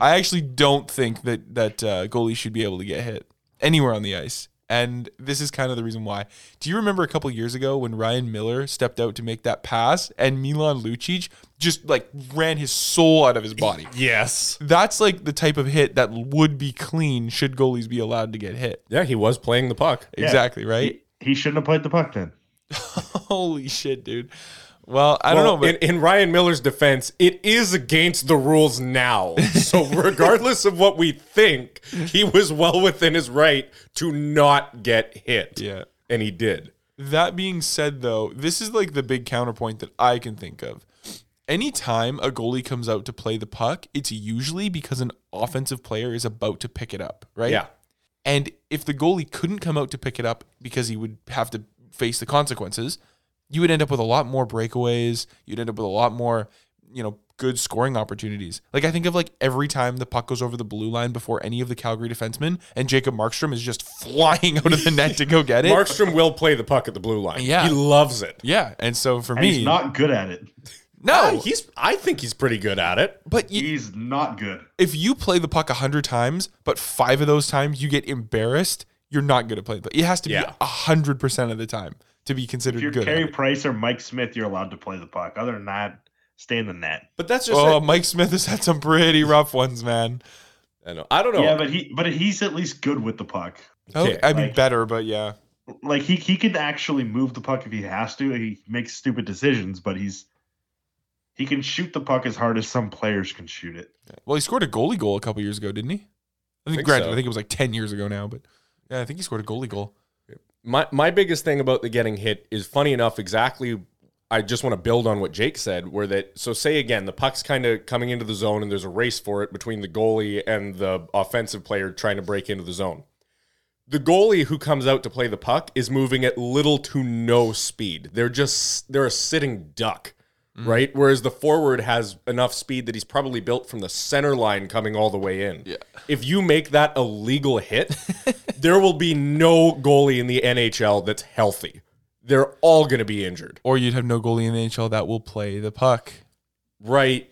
[SPEAKER 4] I actually don't think that that uh, goalie should be able to get hit anywhere on the ice. And this is kind of the reason why. Do you remember a couple years ago when Ryan Miller stepped out to make that pass and Milan Lucic just like ran his soul out of his body?
[SPEAKER 3] Yes.
[SPEAKER 4] That's like the type of hit that would be clean should goalies be allowed to get hit.
[SPEAKER 5] Yeah, he was playing the puck.
[SPEAKER 4] Exactly, right?
[SPEAKER 6] He, he shouldn't have played the puck then.
[SPEAKER 4] Holy shit, dude. Well, I don't know, but
[SPEAKER 5] in, in Ryan Miller's defense, it is against the rules now. So regardless of what we think, he was well within his right to not get hit.
[SPEAKER 4] Yeah.
[SPEAKER 5] And he did.
[SPEAKER 4] That being said, though, this is like the big counterpoint that I can think of. Anytime a goalie comes out to play the puck, it's usually because an offensive player is about to pick it up, right?
[SPEAKER 5] Yeah.
[SPEAKER 4] And if the goalie couldn't come out to pick it up because he would have to face the consequences, you would end up with a lot more breakaways. You'd end up with a lot more, you know, good scoring opportunities. Like I think of like every time the puck goes over the blue line before any of the Calgary defensemen, and Jacob Markstrom is just flying out of the net to go get it.
[SPEAKER 5] Markstrom will play the puck at the blue line.
[SPEAKER 4] Yeah.
[SPEAKER 5] He loves it.
[SPEAKER 4] yeah, and so for
[SPEAKER 6] And
[SPEAKER 4] me,
[SPEAKER 6] he's not good at it.
[SPEAKER 4] no,
[SPEAKER 5] Yeah, he's I think he's pretty good at it.
[SPEAKER 4] But you,
[SPEAKER 6] He's not good.
[SPEAKER 4] if you play the puck 100 times, but five of those times you get embarrassed, you're not going to play. The, it has to be
[SPEAKER 5] Yeah.
[SPEAKER 4] be 100% of the time to be
[SPEAKER 6] If
[SPEAKER 4] considered
[SPEAKER 6] you're
[SPEAKER 4] good. at
[SPEAKER 6] Carey
[SPEAKER 4] it.
[SPEAKER 6] Price or Mike Smith, you're allowed to play the puck. Other than that, stay in the net.
[SPEAKER 5] But that's just
[SPEAKER 4] Oh, Mike Smith has had some pretty rough ones, man.
[SPEAKER 5] I, know. I don't know.
[SPEAKER 6] Yeah, but he but he's at least good with the puck.
[SPEAKER 4] Oh,
[SPEAKER 5] Okay,
[SPEAKER 4] I mean,
[SPEAKER 6] like-
[SPEAKER 4] better, but yeah.
[SPEAKER 6] Like he he can actually move the puck if he has to. He makes stupid decisions, but he's he can shoot the puck as hard as some players can shoot it.
[SPEAKER 4] Well, he scored a goalie goal a couple years ago, didn't he? I think,
[SPEAKER 5] Think
[SPEAKER 4] granted,
[SPEAKER 5] so.
[SPEAKER 4] I think it was like 10 years ago now, but yeah, I think he scored a goalie goal.
[SPEAKER 5] my my biggest thing about the getting hit is funny enough exactly I just want to build on what Jake said where that so say again the puck's kind of coming into the zone and there's a race for it between the goalie and the offensive player trying to break into the zone. The goalie who comes out to play the puck is moving at little to no speed. They're just they're a sitting duck. Right? Whereas the forward has enough speed that he's probably built from the center line coming all the way in. Yeah. If you make that a legal hit, there will be no goalie in the NHL that's healthy. They're all going to be injured,
[SPEAKER 4] Or you'd have no goalie in the NHL that will play the puck.
[SPEAKER 5] right?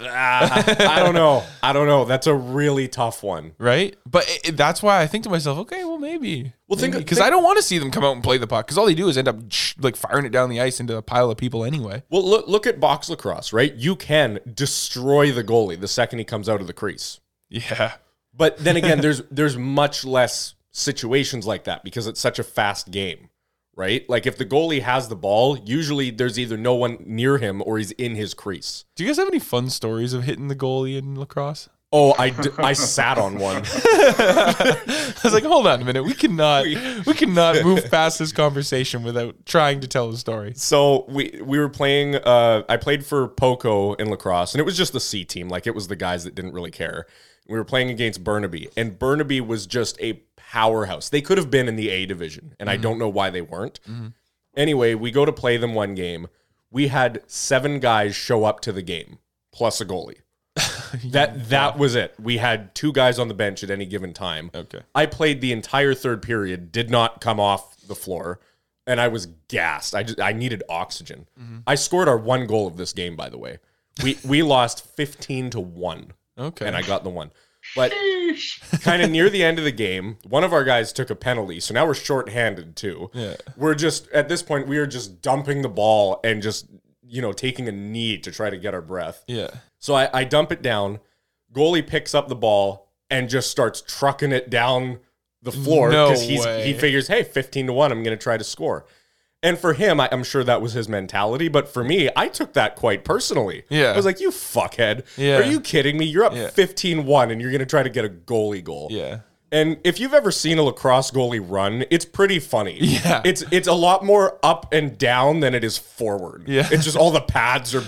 [SPEAKER 5] Ah, I don't know. I don't know. That's a really tough one.
[SPEAKER 4] Right, but it, it- that's why I think to myself, okay, well, maybe.
[SPEAKER 5] Well, think-
[SPEAKER 4] because
[SPEAKER 5] think-
[SPEAKER 4] I don't want to see them come out and play the puck because all they do is end up sh- like firing it down the ice into a pile of people anyway.
[SPEAKER 5] Well, look look at box lacrosse, right? You can destroy the goalie the second he comes out of the crease.
[SPEAKER 4] Yeah,
[SPEAKER 5] But then again, there's there's much less situations like that because it's such a fast game, right? Like if the goalie has the ball, usually there's either no one near him or he's in his crease.
[SPEAKER 4] Do you guys have any fun stories of hitting the goalie in lacrosse?
[SPEAKER 5] Oh, I, d- I sat on one.
[SPEAKER 4] I was like, hold on a minute, we cannot, we cannot move past this conversation without trying to tell a story.
[SPEAKER 5] So we we were playing. Uh, I played for Poco in lacrosse, and it was just the C team. Like it was the guys that didn't really care. We were playing against Burnaby, and Burnaby was just a powerhouse. They could have been in the A division, and I don't know why they weren't. Anyway, we go to play them one game. We had seven guys show up to the game, plus a goalie. That that was it. We had two guys on the bench at any given time.
[SPEAKER 4] Okay.
[SPEAKER 5] I played the entire third period, did not come off the floor, and I was gassed. I just I needed oxygen.
[SPEAKER 4] Mm-hmm.
[SPEAKER 5] I scored our one goal of this game, by the way. We we lost fifteen to one,
[SPEAKER 4] Okay,
[SPEAKER 5] and I got the one. But kind of near the end of the game, one of our guys took a penalty, so now we're shorthanded too.
[SPEAKER 4] Yeah.
[SPEAKER 5] We're just at this point, we are just dumping the ball and just you know taking a knee to try to get our breath.
[SPEAKER 4] yeah,
[SPEAKER 5] So I, I dump it down. Goalie picks up the ball and just starts trucking it down the floor
[SPEAKER 4] No
[SPEAKER 5] because he's
[SPEAKER 4] way.
[SPEAKER 5] he figures, hey, fifteen to one, I'm going to try to score. And for him, I, I'm sure that was his mentality. But for me, I took that quite personally.
[SPEAKER 4] Yeah.
[SPEAKER 5] I was like, you fuckhead.
[SPEAKER 4] Yeah.
[SPEAKER 5] Are you kidding me? You're up
[SPEAKER 4] Yeah.
[SPEAKER 5] 15 1 and you're going to try to get a goalie goal.
[SPEAKER 4] yeah.
[SPEAKER 5] And if you've ever seen a lacrosse goalie run, it's pretty funny.
[SPEAKER 4] Yeah.
[SPEAKER 5] It's it's a lot more up and down than it is forward.
[SPEAKER 4] Yeah.
[SPEAKER 5] It's just all the pads are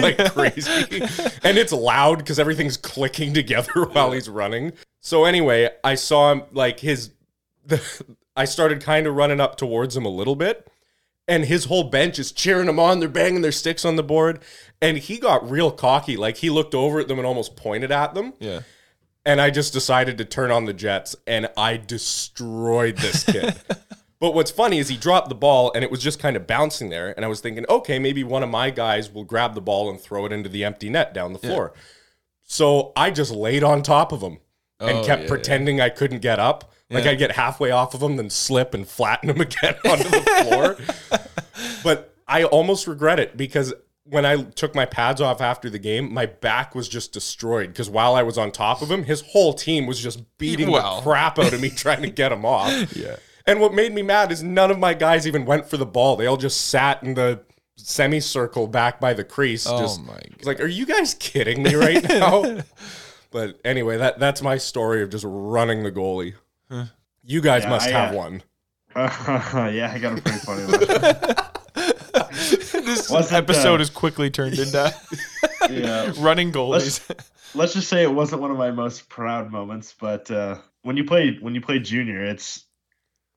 [SPEAKER 5] like crazy. And it's loud because everything's clicking together while he's running. So anyway, I saw him like his the, I started kind of running up towards him a little bit. And his whole bench is cheering him on. They're banging their sticks on the board. And he got real cocky. Like he looked over at them and almost pointed at them
[SPEAKER 4] Yeah.
[SPEAKER 5] and I just decided to turn on the Jets and I destroyed this kid. but what's funny is he dropped the ball and it was just kind of bouncing there. And I was thinking, okay, maybe one of my guys will grab the ball and throw it into the empty net down the floor. So I just laid on top of him and
[SPEAKER 4] Oh,
[SPEAKER 5] kept
[SPEAKER 4] yeah, yeah.
[SPEAKER 5] pretending I couldn't get up. Like I'd get halfway off of him, then slip and flatten him again onto the floor. but I almost regret it because when I took my pads off after the game, my back was just destroyed. Because while I was on top of him, his whole team was just beating
[SPEAKER 4] Well.
[SPEAKER 5] the crap out of me trying to get him off. Yeah. And what made me mad is none of my guys even went for the ball. They all just sat in the semicircle back by the crease.
[SPEAKER 4] Oh
[SPEAKER 5] just,
[SPEAKER 4] my
[SPEAKER 5] It's like, are you guys kidding me right now? but anyway, that that's my story of just running the goalie. You guys
[SPEAKER 6] Yeah,
[SPEAKER 5] must
[SPEAKER 6] I,
[SPEAKER 5] have
[SPEAKER 6] uh,
[SPEAKER 5] one.
[SPEAKER 6] yeah, I got a pretty funny one.
[SPEAKER 4] This
[SPEAKER 6] Wasn't, uh,
[SPEAKER 4] episode has quickly turned into
[SPEAKER 6] Yeah.
[SPEAKER 4] running goalies.
[SPEAKER 6] Let's just say it wasn't one of my most proud moments, but uh, when you play when you play junior, it's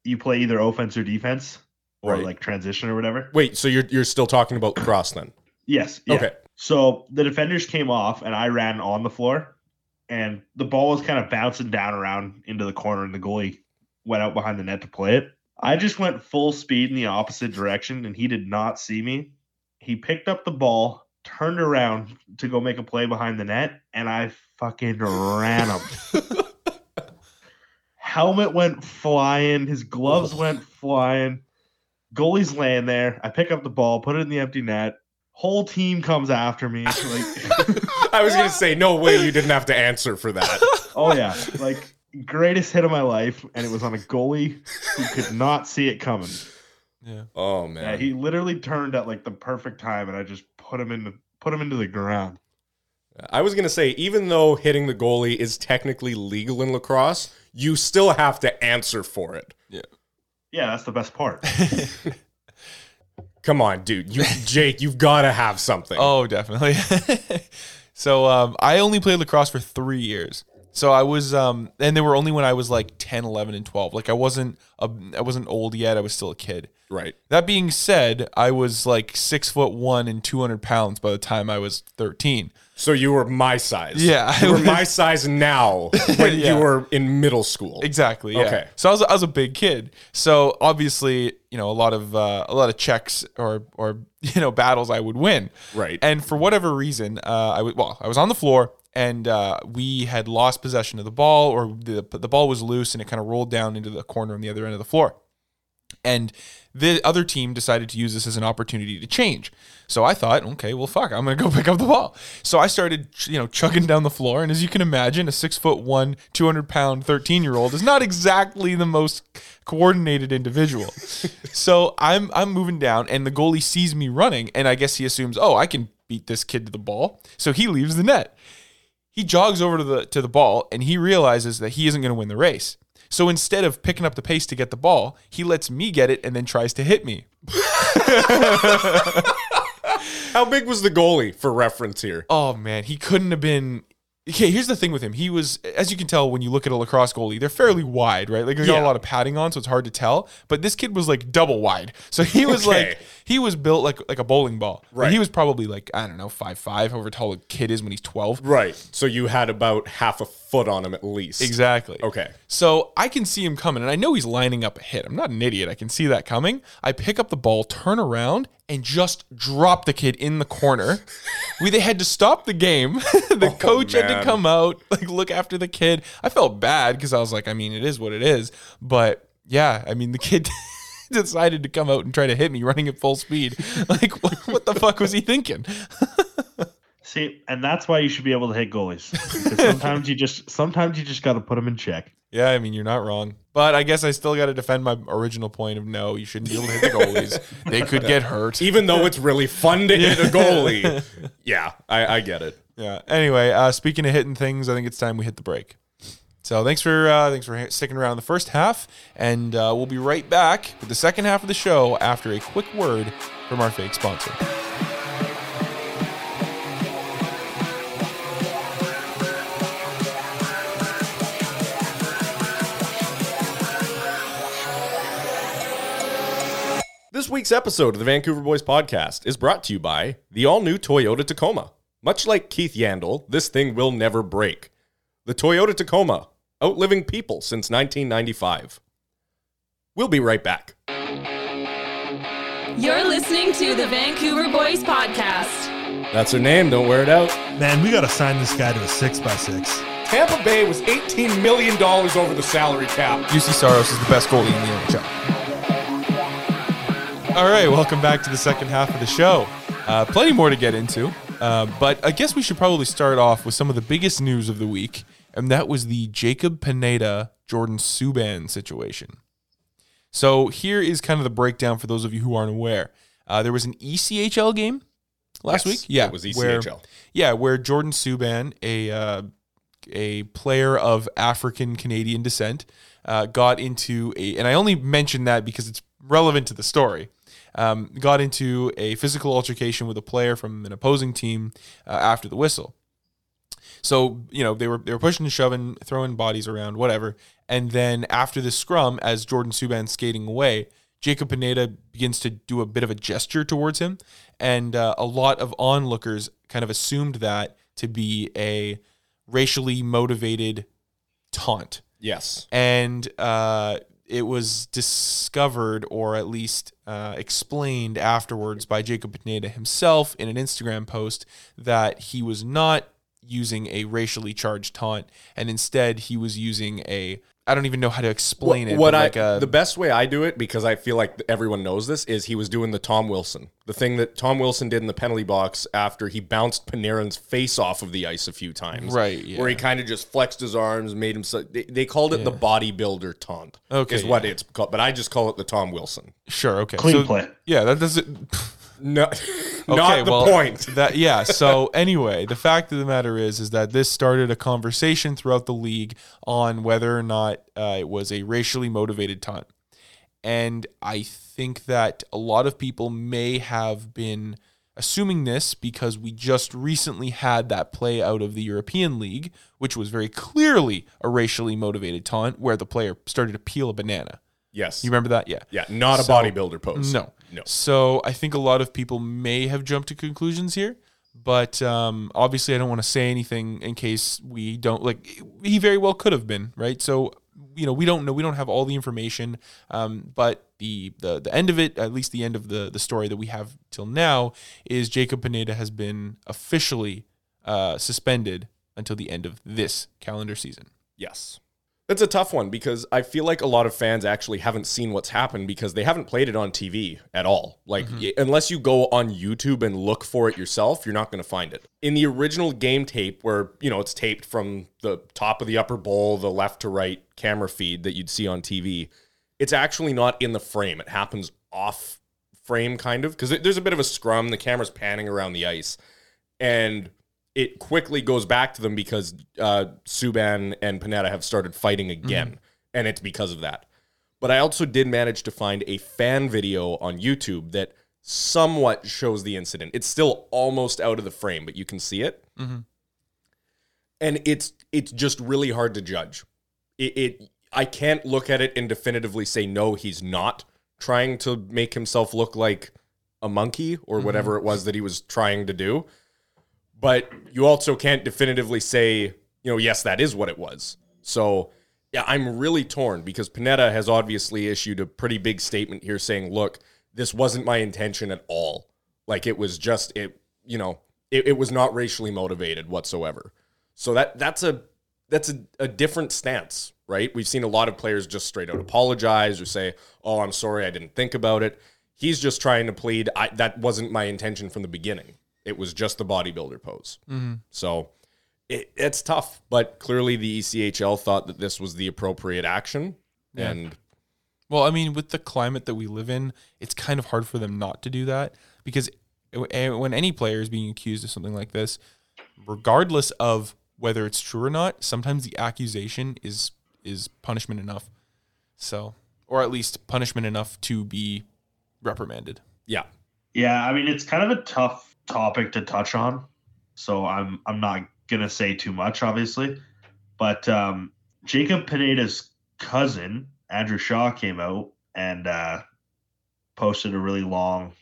[SPEAKER 6] you play either offense or defense or
[SPEAKER 5] Right.
[SPEAKER 6] like transition or whatever.
[SPEAKER 5] Wait, so you're you're still talking about cross then?
[SPEAKER 6] Yes. yeah.
[SPEAKER 5] Okay.
[SPEAKER 6] So the defenders came off, and I ran on the floor, and the ball was kind of bouncing down around into the corner, and the goalie went out behind the net to play it. I just went full speed in the opposite direction, and he did not see me. He picked up the ball, turned around to go make a play behind the net, and I fucking ran him. Helmet went flying, his gloves went flying. Goalie's laying there. I pick up the ball, put it in the empty net whole team comes after me. Like,
[SPEAKER 5] I was gonna say, no way you didn't have to answer for that.
[SPEAKER 6] oh yeah, like greatest hit of my life, and it was on a goalie who could not see it coming.
[SPEAKER 5] Oh
[SPEAKER 6] Yeah,
[SPEAKER 5] man.
[SPEAKER 6] he literally turned at like the perfect time, and I just put him in the put him into the ground.
[SPEAKER 5] I was gonna say, even though hitting the goalie is technically legal in lacrosse, you still have to answer for it.
[SPEAKER 6] Yeah, that's the best part.
[SPEAKER 5] Come on, dude. You Jake, you've gotta have something.
[SPEAKER 4] Oh, definitely. so um, I only played lacrosse for three years. So I was, um, and they were only when I was like 10, 11, and 12. Like I wasn't, a, I wasn't old yet. I was still a kid.
[SPEAKER 5] Right.
[SPEAKER 4] That being said, I was like six foot one and 200 pounds by the time I was 13.
[SPEAKER 5] So you were my size.
[SPEAKER 4] Yeah, I
[SPEAKER 5] You were
[SPEAKER 4] was-
[SPEAKER 5] my size now when
[SPEAKER 4] Yeah.
[SPEAKER 5] you were in middle school.
[SPEAKER 4] Exactly. Yeah.
[SPEAKER 5] Okay.
[SPEAKER 4] So I was, I was a big kid. So obviously, you know, a lot of uh, a lot of checks or or you know battles I would win.
[SPEAKER 5] Right.
[SPEAKER 4] And for whatever reason, uh, I was well, I was on the floor and uh, we had lost possession of the ball, or the the ball was loose and it kind of rolled down into the corner on the other end of the floor. And the other team decided to use this as an opportunity to change. So I thought, okay, well, fuck, I'm gonna go pick up the ball. So I started, you know, chugging down the floor. And as you can imagine, a six foot one, 200 pound, 13 year old is not exactly the most coordinated individual. so I'm I'm moving down, and the goalie sees me running, and I guess he assumes, oh, I can beat this kid to the ball. So he leaves the net he jogs over to the to the ball and he realizes that he isn't going to win the race. So instead of picking up the pace to get the ball, he lets me get it and then tries to hit me.
[SPEAKER 5] How big was the goalie for reference here?
[SPEAKER 4] Oh man, he couldn't have been. Okay, here's the thing with him. He was, as you can tell when you look at a lacrosse goalie, they're fairly wide, right? Like they got
[SPEAKER 5] Yeah.
[SPEAKER 4] a lot of padding on, so it's hard to tell. But this kid was like double wide, so he was
[SPEAKER 5] Okay.
[SPEAKER 4] like he was built like like a bowling ball. Like,
[SPEAKER 5] Right.
[SPEAKER 4] He was probably like I don't know five five, however tall a kid is when he's twelve.
[SPEAKER 5] Right. So you had about half a foot on him at least.
[SPEAKER 4] Exactly.
[SPEAKER 5] Okay.
[SPEAKER 4] So I can see him coming, and I know he's lining up a hit. I'm not an idiot. I can see that coming. I pick up the ball, turn around, and just drop the kid in the corner. we they had to stop the game. the coach had to
[SPEAKER 5] Oh, man.
[SPEAKER 4] come out, like look after the kid. I felt bad because I was like, I mean, it is what it is. But yeah, I mean, the kid decided to come out and try to hit me running at full speed. Like, what, what the fuck was he thinking?
[SPEAKER 6] See, and that's why you should be able to hit goalies. 'Cause Sometimes you just sometimes you just got to put them in check.
[SPEAKER 4] Yeah, I mean, you're not wrong. But I guess I still got to defend my original point of no, you shouldn't be able to hit the goalies. they could get hurt.
[SPEAKER 5] Even though it's really fun to hit a goalie. Yeah, I, I get it.
[SPEAKER 4] Yeah. Anyway, uh, speaking of hitting things, I think it's time we hit the break. So thanks for uh, thanks for sticking around the first half, and uh, we'll be right back with the second half of the show after a quick word from our fake sponsor.
[SPEAKER 5] This week's episode of the Vancouver Boys podcast is brought to you by the all new Toyota Tacoma. Much like Keith Yandel, this thing will never break. The Toyota Tacoma, outliving people since 1995. We'll be right back.
[SPEAKER 1] You're listening to the Vancouver Boys Podcast.
[SPEAKER 5] That's her name, don't wear it out.
[SPEAKER 8] Man, we gotta sign this guy to a six by six. Tampa Bay was $18 million over the salary cap.
[SPEAKER 4] UC Saros is the best goalie in the NHL. All right, welcome back to the second half of the show. Uh, plenty more to get into, uh, but I guess we should probably start off with some of the biggest news of the week, and that was the Jacob Pineda Jordan Subban situation. So here is kind of the breakdown for those of you who aren't aware. Uh, there was an ECHL game last
[SPEAKER 5] Yes,
[SPEAKER 4] week. Yeah,
[SPEAKER 5] it was E
[SPEAKER 4] where-
[SPEAKER 5] ECHL.
[SPEAKER 4] yeah, where Jordan Subban, a uh, a player of African Canadian descent, uh, got into a, and I only mention that because it's relevant to the story. Um, got into a physical altercation with a player from an opposing team uh, after the whistle. So you know they were they were pushing and shoving, throwing bodies around, whatever. And then after the scrum, as Jordan Subban's skating away, Jacob Pineda begins to do a bit of a gesture towards him, and uh, a lot of onlookers kind of assumed that to be a racially motivated taunt
[SPEAKER 5] Yes.
[SPEAKER 4] and uh, it was discovered or at least uh, explained afterwards by Jacob Pineda himself in an Instagram post that he was not using a racially charged taunt, and instead he was using a I don't even know how to explain
[SPEAKER 5] What,
[SPEAKER 4] it.
[SPEAKER 5] what
[SPEAKER 4] but
[SPEAKER 5] I
[SPEAKER 4] like uh, a,
[SPEAKER 5] the best way I do it because I feel like everyone knows this is he was doing the Tom Wilson, the thing that Tom Wilson did in the penalty box after he bounced Panarin's face off of the ice a few times,
[SPEAKER 4] Right, yeah.
[SPEAKER 5] Where he kind of just flexed his arms, made him. So, they, they called it the bodybuilder taunt.
[SPEAKER 4] Okay,
[SPEAKER 5] is what it's called, but I just call it the Tom Wilson.
[SPEAKER 4] sure okay
[SPEAKER 6] Clean play.
[SPEAKER 4] yeah that does it.
[SPEAKER 5] No, not the point.
[SPEAKER 4] That yeah. So anyway, the fact of the matter is, is that this started a conversation throughout the league on whether or not uh, it was a racially motivated taunt, and I think that a lot of people may have been assuming this because we just recently had that play out of the European League, which was very clearly a racially motivated taunt, where the player started to peel a banana.
[SPEAKER 5] Yes,
[SPEAKER 4] You remember that? Yeah.
[SPEAKER 5] yeah, not a
[SPEAKER 4] So-
[SPEAKER 5] bodybuilder pose.
[SPEAKER 4] No.
[SPEAKER 5] no.
[SPEAKER 4] So I think a lot of people may have jumped to conclusions here, but um, obviously I don't want to say anything in case we don't like. He very well could have been right. So you know we don't know. We don't have all the information. Um, but the, the the end of it, at least the end of the the story that we have till now, is Jacob Pineda has been officially uh, suspended until the end of this calendar season.
[SPEAKER 5] Yes. It's a tough one because I feel like a lot of fans actually haven't seen what's happened because they haven't played it on TV at all. Like, y- unless you go on YouTube and look for it yourself, you're not going to find it. In the original game tape, where, you know, it's taped from the top of the upper bowl, the left to right camera feed that you'd see on TV, it's actually not in the frame. It happens off frame, kind of, because there's a bit of a scrum. The camera's panning around the ice. And it quickly goes back to them because uh, Subban and Panetta have started fighting again, and it's because of that. But I also did manage to find a fan video on YouTube that somewhat shows the incident. It's still almost out of the frame, but you can see it, and it's it's just really hard to judge. It, it I can't look at it and definitively say no, he's not trying to make himself look like a monkey or whatever it was that he was trying to do but you also can't definitively say, you know, yes, that is what it was. So, yeah, I'm really torn because Panetta has obviously issued a pretty big statement here saying, look, this wasn't my intention at all. Like it was just it, you know, it, it was not racially motivated whatsoever. So that that's a that's a, a different stance, right? We've seen a lot of players just straight out apologize or say, "Oh, I'm sorry, I didn't think about it." He's just trying to plead, I, "That wasn't my intention from the beginning. It was just the bodybuilder pose." So it, it's tough, but clearly the E ECHL thought that this was the appropriate action, and
[SPEAKER 4] Well, I mean, with the climate that we live in, it's kind of hard for them not to do that because a- when any player is being accused of something like this, regardless of whether it's true or not, sometimes the accusation is is punishment enough. So, or at least punishment enough to be reprimanded.
[SPEAKER 5] yeah,
[SPEAKER 6] Yeah, I mean it's kind of a tough topic to touch on, so I'm I'm not gonna say too much, obviously. But um, Jacob Pineda's cousin Andrew Shaw came out and uh, posted a really long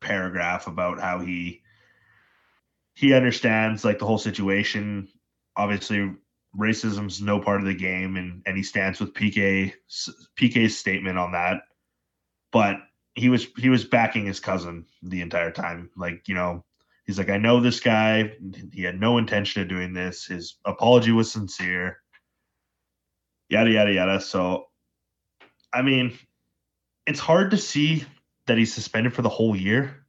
[SPEAKER 6] paragraph about how he he understands like the whole situation. Obviously, racism's no part of the game, and and he stands with PK 's- PK's statement on that. But he was he was backing his cousin the entire time. Like you know, He's like, I know this guy. He had no intention of doing this. His apology was sincere. Yada yada yada. So, I mean, it's hard to see that he's suspended for the whole year.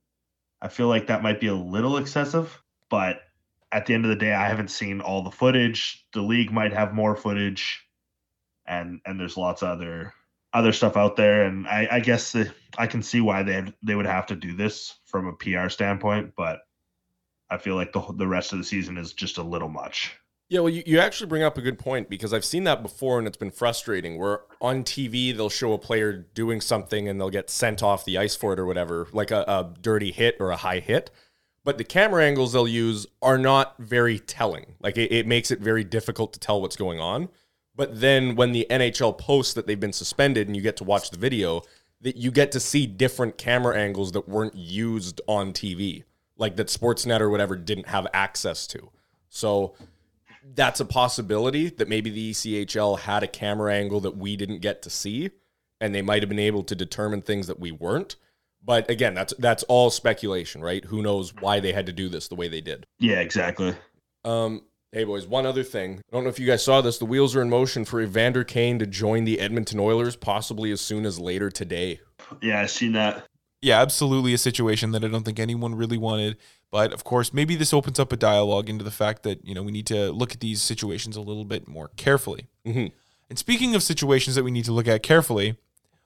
[SPEAKER 6] I feel like that might be a little excessive, but at the end of the day, I haven't seen all the footage. The league might have more footage, and and there's lots of other other stuff out there. And I, I guess the, I can see why they they would have to do this from a PR standpoint, but I feel like the the rest of the season is just a little much.
[SPEAKER 5] Yeah, well, you, you actually bring up a good point because I've seen that before and it's been frustrating. Where on TV, they'll show a player doing something and they'll get sent off the ice for it or whatever, like a, a dirty hit or a high hit. But the camera angles they'll use are not very telling. Like it, it makes it very difficult to tell what's going on. But then when the NHL posts that they've been suspended and you get to watch the video, that you get to see different camera angles that weren't used on TV, like that Sportsnet or whatever didn't have access to. So that's a possibility that maybe the E ECHL had a camera angle that we didn't get to see, and they might have been able to determine things that we weren't. But again, that's that's all speculation, right? Who knows why they had to do this the way they did?
[SPEAKER 6] Yeah, exactly.
[SPEAKER 5] Um, hey boys, one other thing. I don't know if you guys saw this. The wheels are in motion for Evander Kane to join the Edmonton Oilers, possibly as soon as later today.
[SPEAKER 6] Yeah, I seen that.
[SPEAKER 4] yeah, absolutely a situation that I don't think anyone really wanted. But of course, maybe this opens up a dialogue into the fact that, you know, we need to look at these situations a little bit more carefully.
[SPEAKER 5] Mhm.
[SPEAKER 4] And speaking of situations that we need to look at carefully,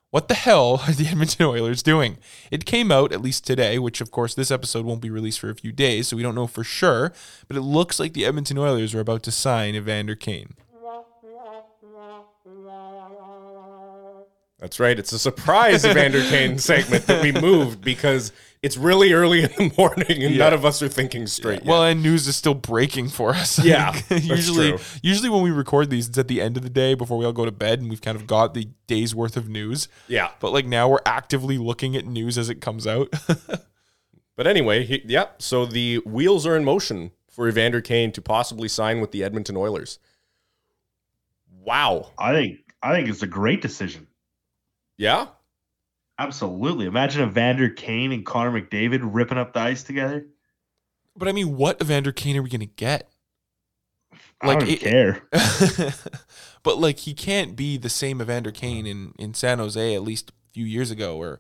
[SPEAKER 4] what the hell are the Edmonton Oilers doing? It came out, at least today, which of course this episode won't be released for a few days, so we don't know for sure, but it looks like the Edmonton Oilers are about to sign Evander Kane.
[SPEAKER 5] That's right. It's a surprise Evander Kane segment that we moved because it's really early in the morning and none of us are thinking straight. yet.
[SPEAKER 4] Well, and news is still breaking for us.
[SPEAKER 5] Yeah,
[SPEAKER 4] Like,
[SPEAKER 5] that's
[SPEAKER 4] usually,
[SPEAKER 5] true.
[SPEAKER 4] usually when we record these, it's at the end of the day before we all go to bed, and we've kind of got the day's worth of news.
[SPEAKER 5] yeah.
[SPEAKER 4] But like now, we're actively looking at news as it comes out.
[SPEAKER 5] But anyway, he, yeah, so the wheels are in motion for Evander Kane to possibly sign with the Edmonton Oilers. Wow.
[SPEAKER 6] I think I think it's a great decision.
[SPEAKER 5] Yeah?
[SPEAKER 6] Absolutely. Imagine Evander Kane and Connor McDavid ripping up the ice together.
[SPEAKER 4] but I mean, what Evander Kane are we gonna get?
[SPEAKER 6] I
[SPEAKER 4] Like,
[SPEAKER 6] don't
[SPEAKER 4] it-
[SPEAKER 6] care.
[SPEAKER 4] but like, he can't be the same Evander Kane in in San Jose at least a few years ago, or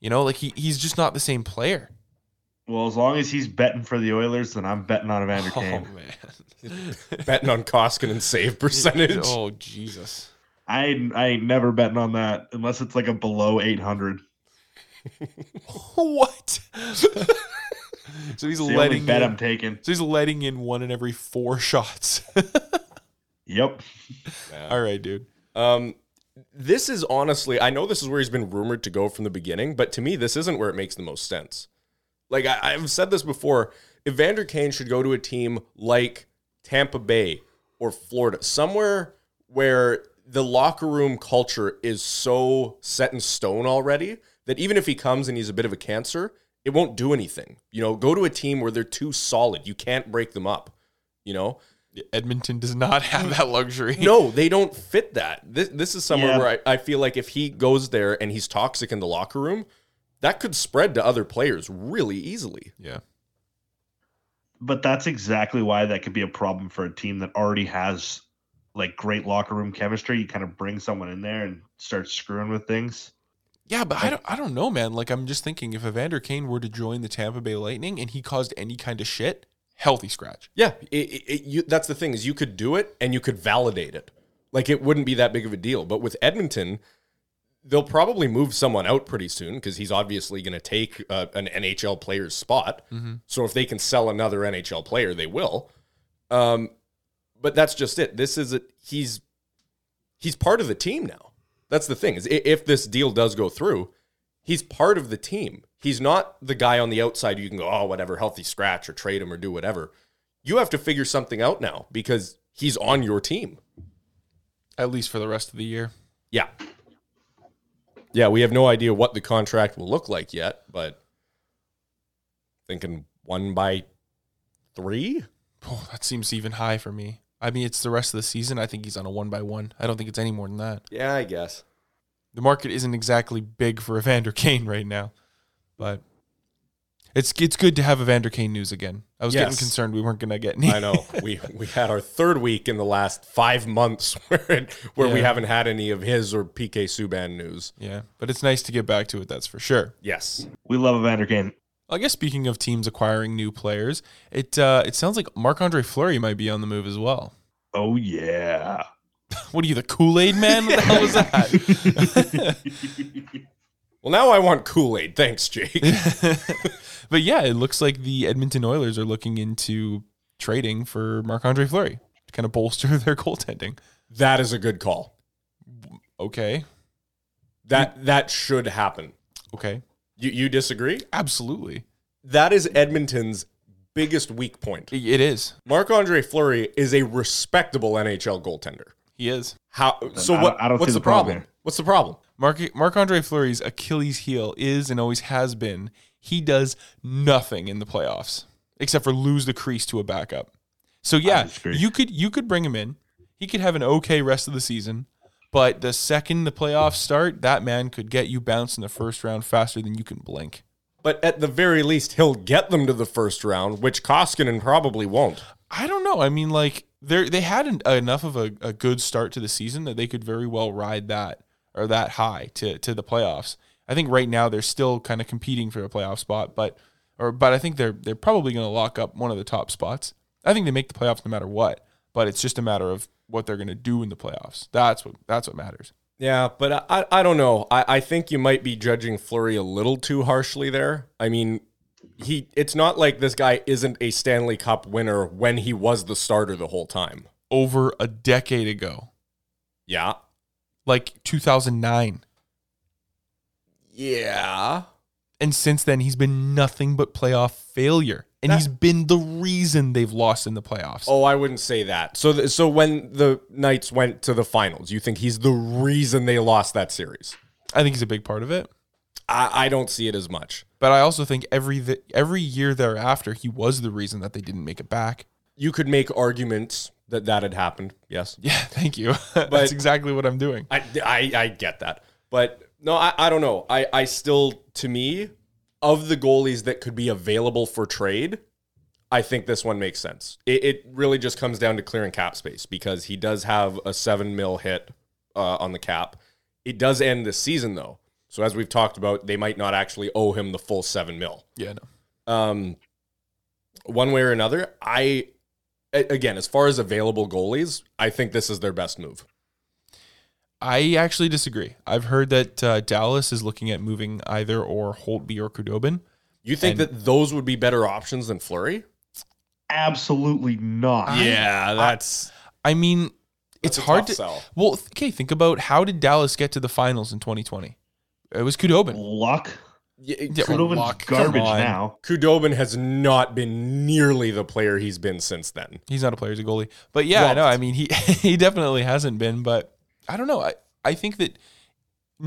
[SPEAKER 4] you know, like he he's just not the same player.
[SPEAKER 6] Well, as long as he's betting for the Oilers, then I'm betting on Evander Kane.
[SPEAKER 4] Oh
[SPEAKER 5] Betting on Koskinen save
[SPEAKER 4] man!
[SPEAKER 5] percentage.
[SPEAKER 4] oh Jesus!
[SPEAKER 6] I ain't, I ain't never betting on that unless it's like a below 800.
[SPEAKER 4] what? so he's
[SPEAKER 6] It's the only
[SPEAKER 4] letting
[SPEAKER 6] bet
[SPEAKER 4] you-
[SPEAKER 6] I'm taking.
[SPEAKER 4] So he's letting in one in every four shots.
[SPEAKER 6] Yep.
[SPEAKER 4] All right, dude.
[SPEAKER 5] Um, this is honestly, I know this is where he's been rumored to go from the beginning, but to me, this isn't where it makes the most sense. Like I, I've said this before, Evander Kane should go to a team like Tampa Bay or Florida, somewhere where the locker room culture is so set in stone already that even if he comes and he's a bit of a cancer, it won't do anything. You know, go to a team where they're too solid. You can't break them up. You know,
[SPEAKER 4] Edmonton does not have that luxury.
[SPEAKER 5] no, they don't fit that. This this is somewhere
[SPEAKER 6] Yeah.
[SPEAKER 5] where I, I feel like if he goes there and he's toxic in the locker room, that could spread to other players really easily.
[SPEAKER 4] Yeah.
[SPEAKER 6] But that's exactly why that could be a problem for a team that already has like great locker room chemistry. You kind of bring someone in there and start screwing with things.
[SPEAKER 4] Yeah, but I don't, I don't know, man. Like, I'm just thinking if Evander Kane were to join the Tampa Bay Lightning and he caused any kind of shit, healthy scratch.
[SPEAKER 5] Yeah, it, it, it- you, that's the thing is you could do it and you could validate it. Like it wouldn't be that big of a deal. But with Edmonton, they'll probably move someone out pretty soon because he's obviously going to take uh, an NHL player's spot. So if they can sell another NHL player, they will. Um, but that's just it. This is a, he's he's part of the team now. That's the thing is i- if this deal does go through, he's part of the team. He's not the guy on the outside who you can go oh whatever healthy scratch or trade him or do whatever. You have to figure something out now because he's on your team.
[SPEAKER 4] At least for the rest of the year.
[SPEAKER 5] Yeah. Yeah, we have no idea what the contract will look like yet, but thinking one by three?
[SPEAKER 4] Oh, that seems even high for me. I mean, it's the rest of the season. I think he's on a one by one. I don't think it's any more than that.
[SPEAKER 5] Yeah, I guess.
[SPEAKER 4] The market isn't exactly big for Evander Kane right now, but It's it's good to have Evander Kane news again. I was getting
[SPEAKER 5] Yes.
[SPEAKER 4] concerned we weren't gonna get any.
[SPEAKER 5] I know we we had our third week in the last five months where it, where we
[SPEAKER 4] Yeah.
[SPEAKER 5] haven't had any of his or PK Subban news.
[SPEAKER 4] yeah, but it's nice to get back to it. That's for sure.
[SPEAKER 5] Yes,
[SPEAKER 6] We love Evander Kane.
[SPEAKER 4] I guess speaking of teams acquiring new players, it uh, it sounds like Marc Andre Fleury might be on the move as well.
[SPEAKER 6] Oh yeah.
[SPEAKER 4] What are you, the Kool Aid Man? What the hell was that?
[SPEAKER 5] Well, now I want Kool Aid. Thanks, Jake.
[SPEAKER 4] but yeah, it looks like the Edmonton Oilers are looking into trading for Marc Andre Fleury to kind of bolster their goaltending.
[SPEAKER 5] that is a good call.
[SPEAKER 4] Okay,
[SPEAKER 5] That that should happen.
[SPEAKER 4] okay,
[SPEAKER 5] You you disagree?
[SPEAKER 4] absolutely,
[SPEAKER 5] That is Edmonton's biggest weak point.
[SPEAKER 4] I- it is.
[SPEAKER 5] Marc Andre Fleury is a respectable NHL goaltender.
[SPEAKER 4] He is.
[SPEAKER 5] How? So
[SPEAKER 6] I
[SPEAKER 5] what?
[SPEAKER 6] don't- I don't
[SPEAKER 5] what's
[SPEAKER 6] see
[SPEAKER 5] the
[SPEAKER 6] the problem
[SPEAKER 5] problem?
[SPEAKER 6] there.
[SPEAKER 5] What's the problem?
[SPEAKER 4] Marc Marc Andre Fleury's Achilles heel is and always has been he does nothing in the playoffs except for lose the crease to a backup. So yeah,
[SPEAKER 6] disagree.
[SPEAKER 4] you could you could bring him in. He could have an okay rest of the season, but the second the playoffs start, that man could get you bounced in the first round faster than you can blink.
[SPEAKER 5] But at the very least, he'll get them to the first round, which Koskinen probably won't.
[SPEAKER 4] I don't know. I mean, like they they had an, enough of a, a good start to the season that they could very well ride that or that high to to the playoffs. I think right now they're still kind of competing for a playoff spot, but or but I think they're they're probably going to lock up one of the top spots. I think they make the playoffs no matter what, but it's just a matter of what they're going to do in the playoffs. That's what that's what matters.
[SPEAKER 5] Yeah, but I- I, I don't know. I, I think you might be judging Flurry a little too harshly there. I mean, he it's not like this guy isn't a Stanley Cup winner when he was the starter the whole time.
[SPEAKER 4] Over a decade ago,
[SPEAKER 5] Yeah.
[SPEAKER 4] like 2009,
[SPEAKER 5] Yeah.
[SPEAKER 4] and since then he's been nothing but playoff failure, and
[SPEAKER 5] That-
[SPEAKER 4] he's been the reason they've lost in the playoffs.
[SPEAKER 5] Oh, I wouldn't say that. So th- so when the Knights went to the finals, you think he's the reason they lost that series?
[SPEAKER 4] I think he's a big part of it.
[SPEAKER 5] I, I don't see it as much.
[SPEAKER 4] But I also think every th- every year thereafter, he was the reason that they didn't make it back.
[SPEAKER 5] You could make arguments that that had happened. Yes.
[SPEAKER 4] Yeah, thank you.
[SPEAKER 5] But-
[SPEAKER 4] That's exactly what I'm doing.
[SPEAKER 5] I, I, I get that. But no, I, I don't know. I, I still, to me, of the goalies that could be available for trade, I think this one makes sense. It, it really just comes down to clearing cap space because he does have a seven mil hit uh, on the cap. It does end this season, though. So as we've talked about, they might not actually owe him the full seven mil
[SPEAKER 4] Yeah, no.
[SPEAKER 5] um, one way or another, I a- again, as far as available goalies, I think this is their best move.
[SPEAKER 4] I actually disagree. I've heard that uh, Dallas is looking at moving either or Holtby or Kudobin.
[SPEAKER 5] You
[SPEAKER 4] And-
[SPEAKER 5] think that those would be better options than Flurry?
[SPEAKER 6] Absolutely not.
[SPEAKER 5] Yeah, that's
[SPEAKER 4] I mean, it's
[SPEAKER 5] That's a
[SPEAKER 4] hard
[SPEAKER 5] tough
[SPEAKER 4] to.
[SPEAKER 5] sell.
[SPEAKER 4] Well, th- okay, think about how did Dallas get to the finals in 2020? It was Kudobin.
[SPEAKER 6] Luck.
[SPEAKER 4] Yeah, well,
[SPEAKER 6] Kudobin's
[SPEAKER 4] luck, come
[SPEAKER 6] garbage
[SPEAKER 4] on.
[SPEAKER 6] now.
[SPEAKER 5] Kudobin has not been nearly the player he's been since then.
[SPEAKER 4] He's not a player, he's a goalie. But yeah, I know. I mean, he he definitely hasn't been, but I don't know. I, I think that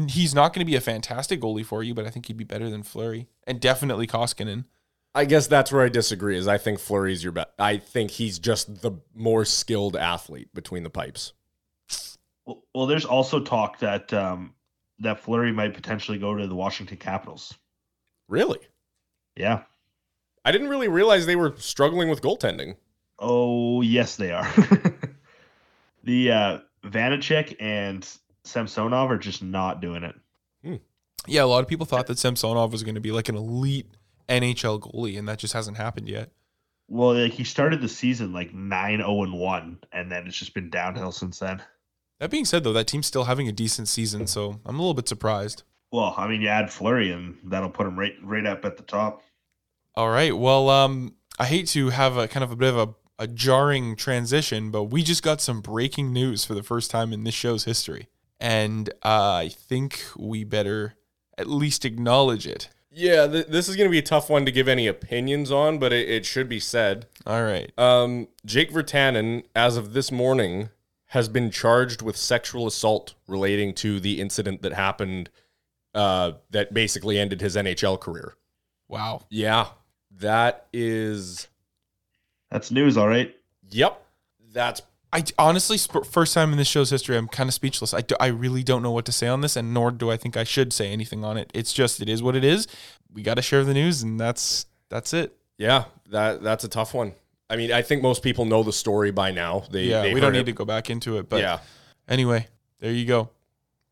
[SPEAKER 4] he's not going to be a fantastic goalie for you, but I think he'd be better than Flurry and definitely Koskinen.
[SPEAKER 5] I guess that's where I disagree. Is I think Flurry's your bet. I think he's just the more skilled athlete between the pipes.
[SPEAKER 6] Well, well, there's also talk that um, that Flurry might potentially go to the Washington Capitals.
[SPEAKER 5] Really,
[SPEAKER 6] Yeah.
[SPEAKER 5] I didn't really realize they were struggling with goaltending.
[SPEAKER 6] Oh yes, they are. the uh, Vanacek and Samsonov are just not doing it.
[SPEAKER 4] Yeah, a lot of people thought that Samsonov was going to be like an elite NHL goalie, and that just hasn't happened yet.
[SPEAKER 6] Well, like he started the season like 9 0 and 1, and then it's just been downhill since then.
[SPEAKER 4] That being said, though, that team's still having a decent season, so I'm a little bit surprised.
[SPEAKER 6] Well, I mean, you add Flurry, and that'll put him right right up at the top.
[SPEAKER 4] All right. Well, um, I hate to have a kind of a bit of a, a jarring transition, but we just got some breaking news for the first time in this show's history. And uh, I think we better at least acknowledge it.
[SPEAKER 5] Yeah, th- this is going to be a tough one to give any opinions on, but it, it should be said.
[SPEAKER 4] All right.
[SPEAKER 5] Um, Jake Vertanen, as of this morning, has been charged with sexual assault relating to the incident that happened uh, that basically ended his NHL career.
[SPEAKER 4] Wow.
[SPEAKER 5] Yeah, that is.
[SPEAKER 6] That's news, all right.
[SPEAKER 5] Yep, that's
[SPEAKER 4] I honestly, sp- first time in this show's history, I'm kind of speechless. I, do, I really don't know what to say on this, and nor do I think I should say anything on it. It's just, it is what it is. We got to share the news, and that's That's it.
[SPEAKER 5] Yeah, that that's a tough one. I mean, I think most people know the story by now. They,
[SPEAKER 4] yeah,
[SPEAKER 5] they've
[SPEAKER 4] we don't
[SPEAKER 5] heard
[SPEAKER 4] need to
[SPEAKER 5] it.
[SPEAKER 4] go back into it. But
[SPEAKER 5] yeah,
[SPEAKER 4] anyway, there you go.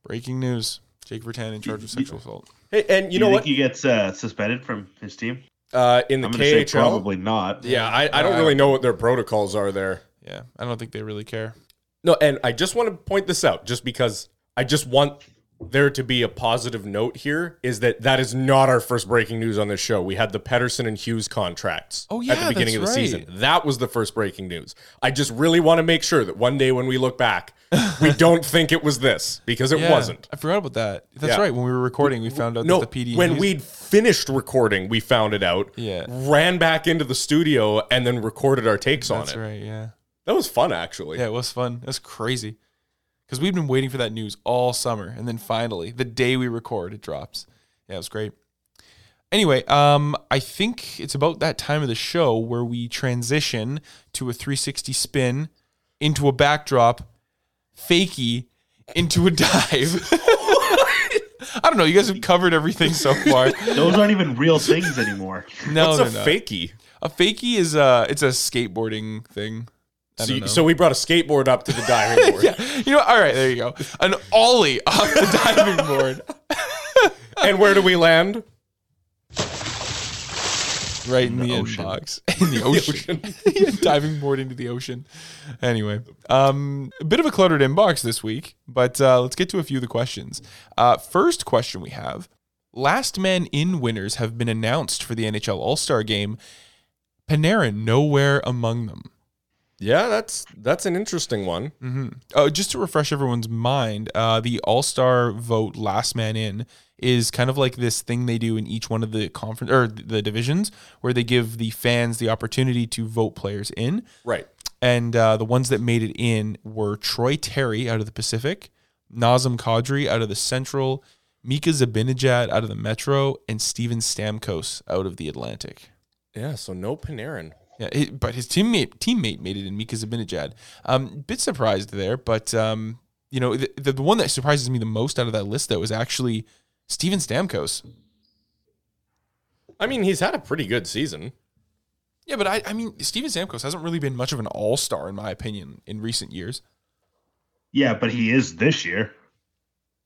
[SPEAKER 4] Breaking news: Jake Vertan in charge of sexual assault.
[SPEAKER 5] hey, and you know
[SPEAKER 6] think
[SPEAKER 5] what?
[SPEAKER 6] He gets uh, suspended from his team.
[SPEAKER 5] Uh, in the
[SPEAKER 6] I'm gonna say
[SPEAKER 5] KHL,
[SPEAKER 6] probably not.
[SPEAKER 5] yeah, I, I
[SPEAKER 4] I
[SPEAKER 5] don't really
[SPEAKER 4] don't-
[SPEAKER 5] know what their protocols are there.
[SPEAKER 4] Yeah, I don't think they really care.
[SPEAKER 5] No, and I just want to point this out just because I just want there to be a positive note here is that that is not our first breaking news on this show. We had the Pedersen and Hughes contracts
[SPEAKER 4] Oh,
[SPEAKER 5] at
[SPEAKER 4] yeah,
[SPEAKER 5] the beginning of the
[SPEAKER 4] that's
[SPEAKER 5] season.
[SPEAKER 4] right.
[SPEAKER 5] That was the first breaking news. I just really want to make sure that one day when we look back, we don't think it was this because it
[SPEAKER 4] Yeah,
[SPEAKER 5] wasn't.
[SPEAKER 4] I forgot about that. That's
[SPEAKER 5] Yeah.
[SPEAKER 4] right. When we were recording, we found out
[SPEAKER 5] No,
[SPEAKER 4] that the PD
[SPEAKER 5] when
[SPEAKER 4] news-
[SPEAKER 5] we'd finished recording, we found it out.
[SPEAKER 4] Yeah.
[SPEAKER 5] Ran back into the studio and then recorded our takes
[SPEAKER 4] That's
[SPEAKER 5] on it.
[SPEAKER 4] right. Yeah.
[SPEAKER 5] That was fun, actually.
[SPEAKER 4] Yeah, it was fun. It was crazy. Because we've been waiting for that news all summer. And then finally, the day we record, it drops. Yeah, it was great. Anyway, um, I think it's about that time of the show where we transition to a 360 spin into a backdrop, fakey, into a dive. I don't know. You guys have covered everything so far.
[SPEAKER 6] Those aren't even real things anymore.
[SPEAKER 4] No,
[SPEAKER 5] What's
[SPEAKER 4] they're
[SPEAKER 5] a
[SPEAKER 4] not.
[SPEAKER 5] fakie?
[SPEAKER 4] A fakey is a it's a skateboarding thing. I
[SPEAKER 5] So,
[SPEAKER 4] don't
[SPEAKER 5] you,
[SPEAKER 4] know.
[SPEAKER 5] so we brought a skateboard up to the diving board,
[SPEAKER 4] You know, all right, there you go. An ollie off the diving board.
[SPEAKER 5] and where do we land?
[SPEAKER 4] Right in the, inbox. In the ocean. Yeah, diving board into the ocean. Anyway, um, a bit of a cluttered inbox this week, but uh, let's get to a few of the questions. Uh, first question we have Last man in winners have been announced for the NHL All Star game. Panarin nowhere among them.
[SPEAKER 5] Yeah, that's that's an interesting one.
[SPEAKER 4] Uh, just to refresh everyone's mind, uh, the All Star vote, last man in, is kind of like this thing they do in each one of the conference or the divisions, where they give the fans the opportunity to vote players in.
[SPEAKER 5] Right.
[SPEAKER 4] And uh, the ones that made it in were Troy Terry out of the Pacific, Nazem Kadri out of the Central, Mika Zabinajad out of the Metro, and Steven Stamkos out of the Atlantic.
[SPEAKER 5] Yeah. So no Panarin.
[SPEAKER 4] Yeah, he- but his teammate teammate made it in Mika Zibanejad. Um, bit surprised there, but um, you know the, the the one that surprises me the most out of that list though is actually Steven Stamkos.
[SPEAKER 5] I mean, he's had a pretty good season.
[SPEAKER 4] Yeah, but I I mean Steven Stamkos hasn't really been much of an all star in my opinion in recent years.
[SPEAKER 6] Yeah, but he is this year.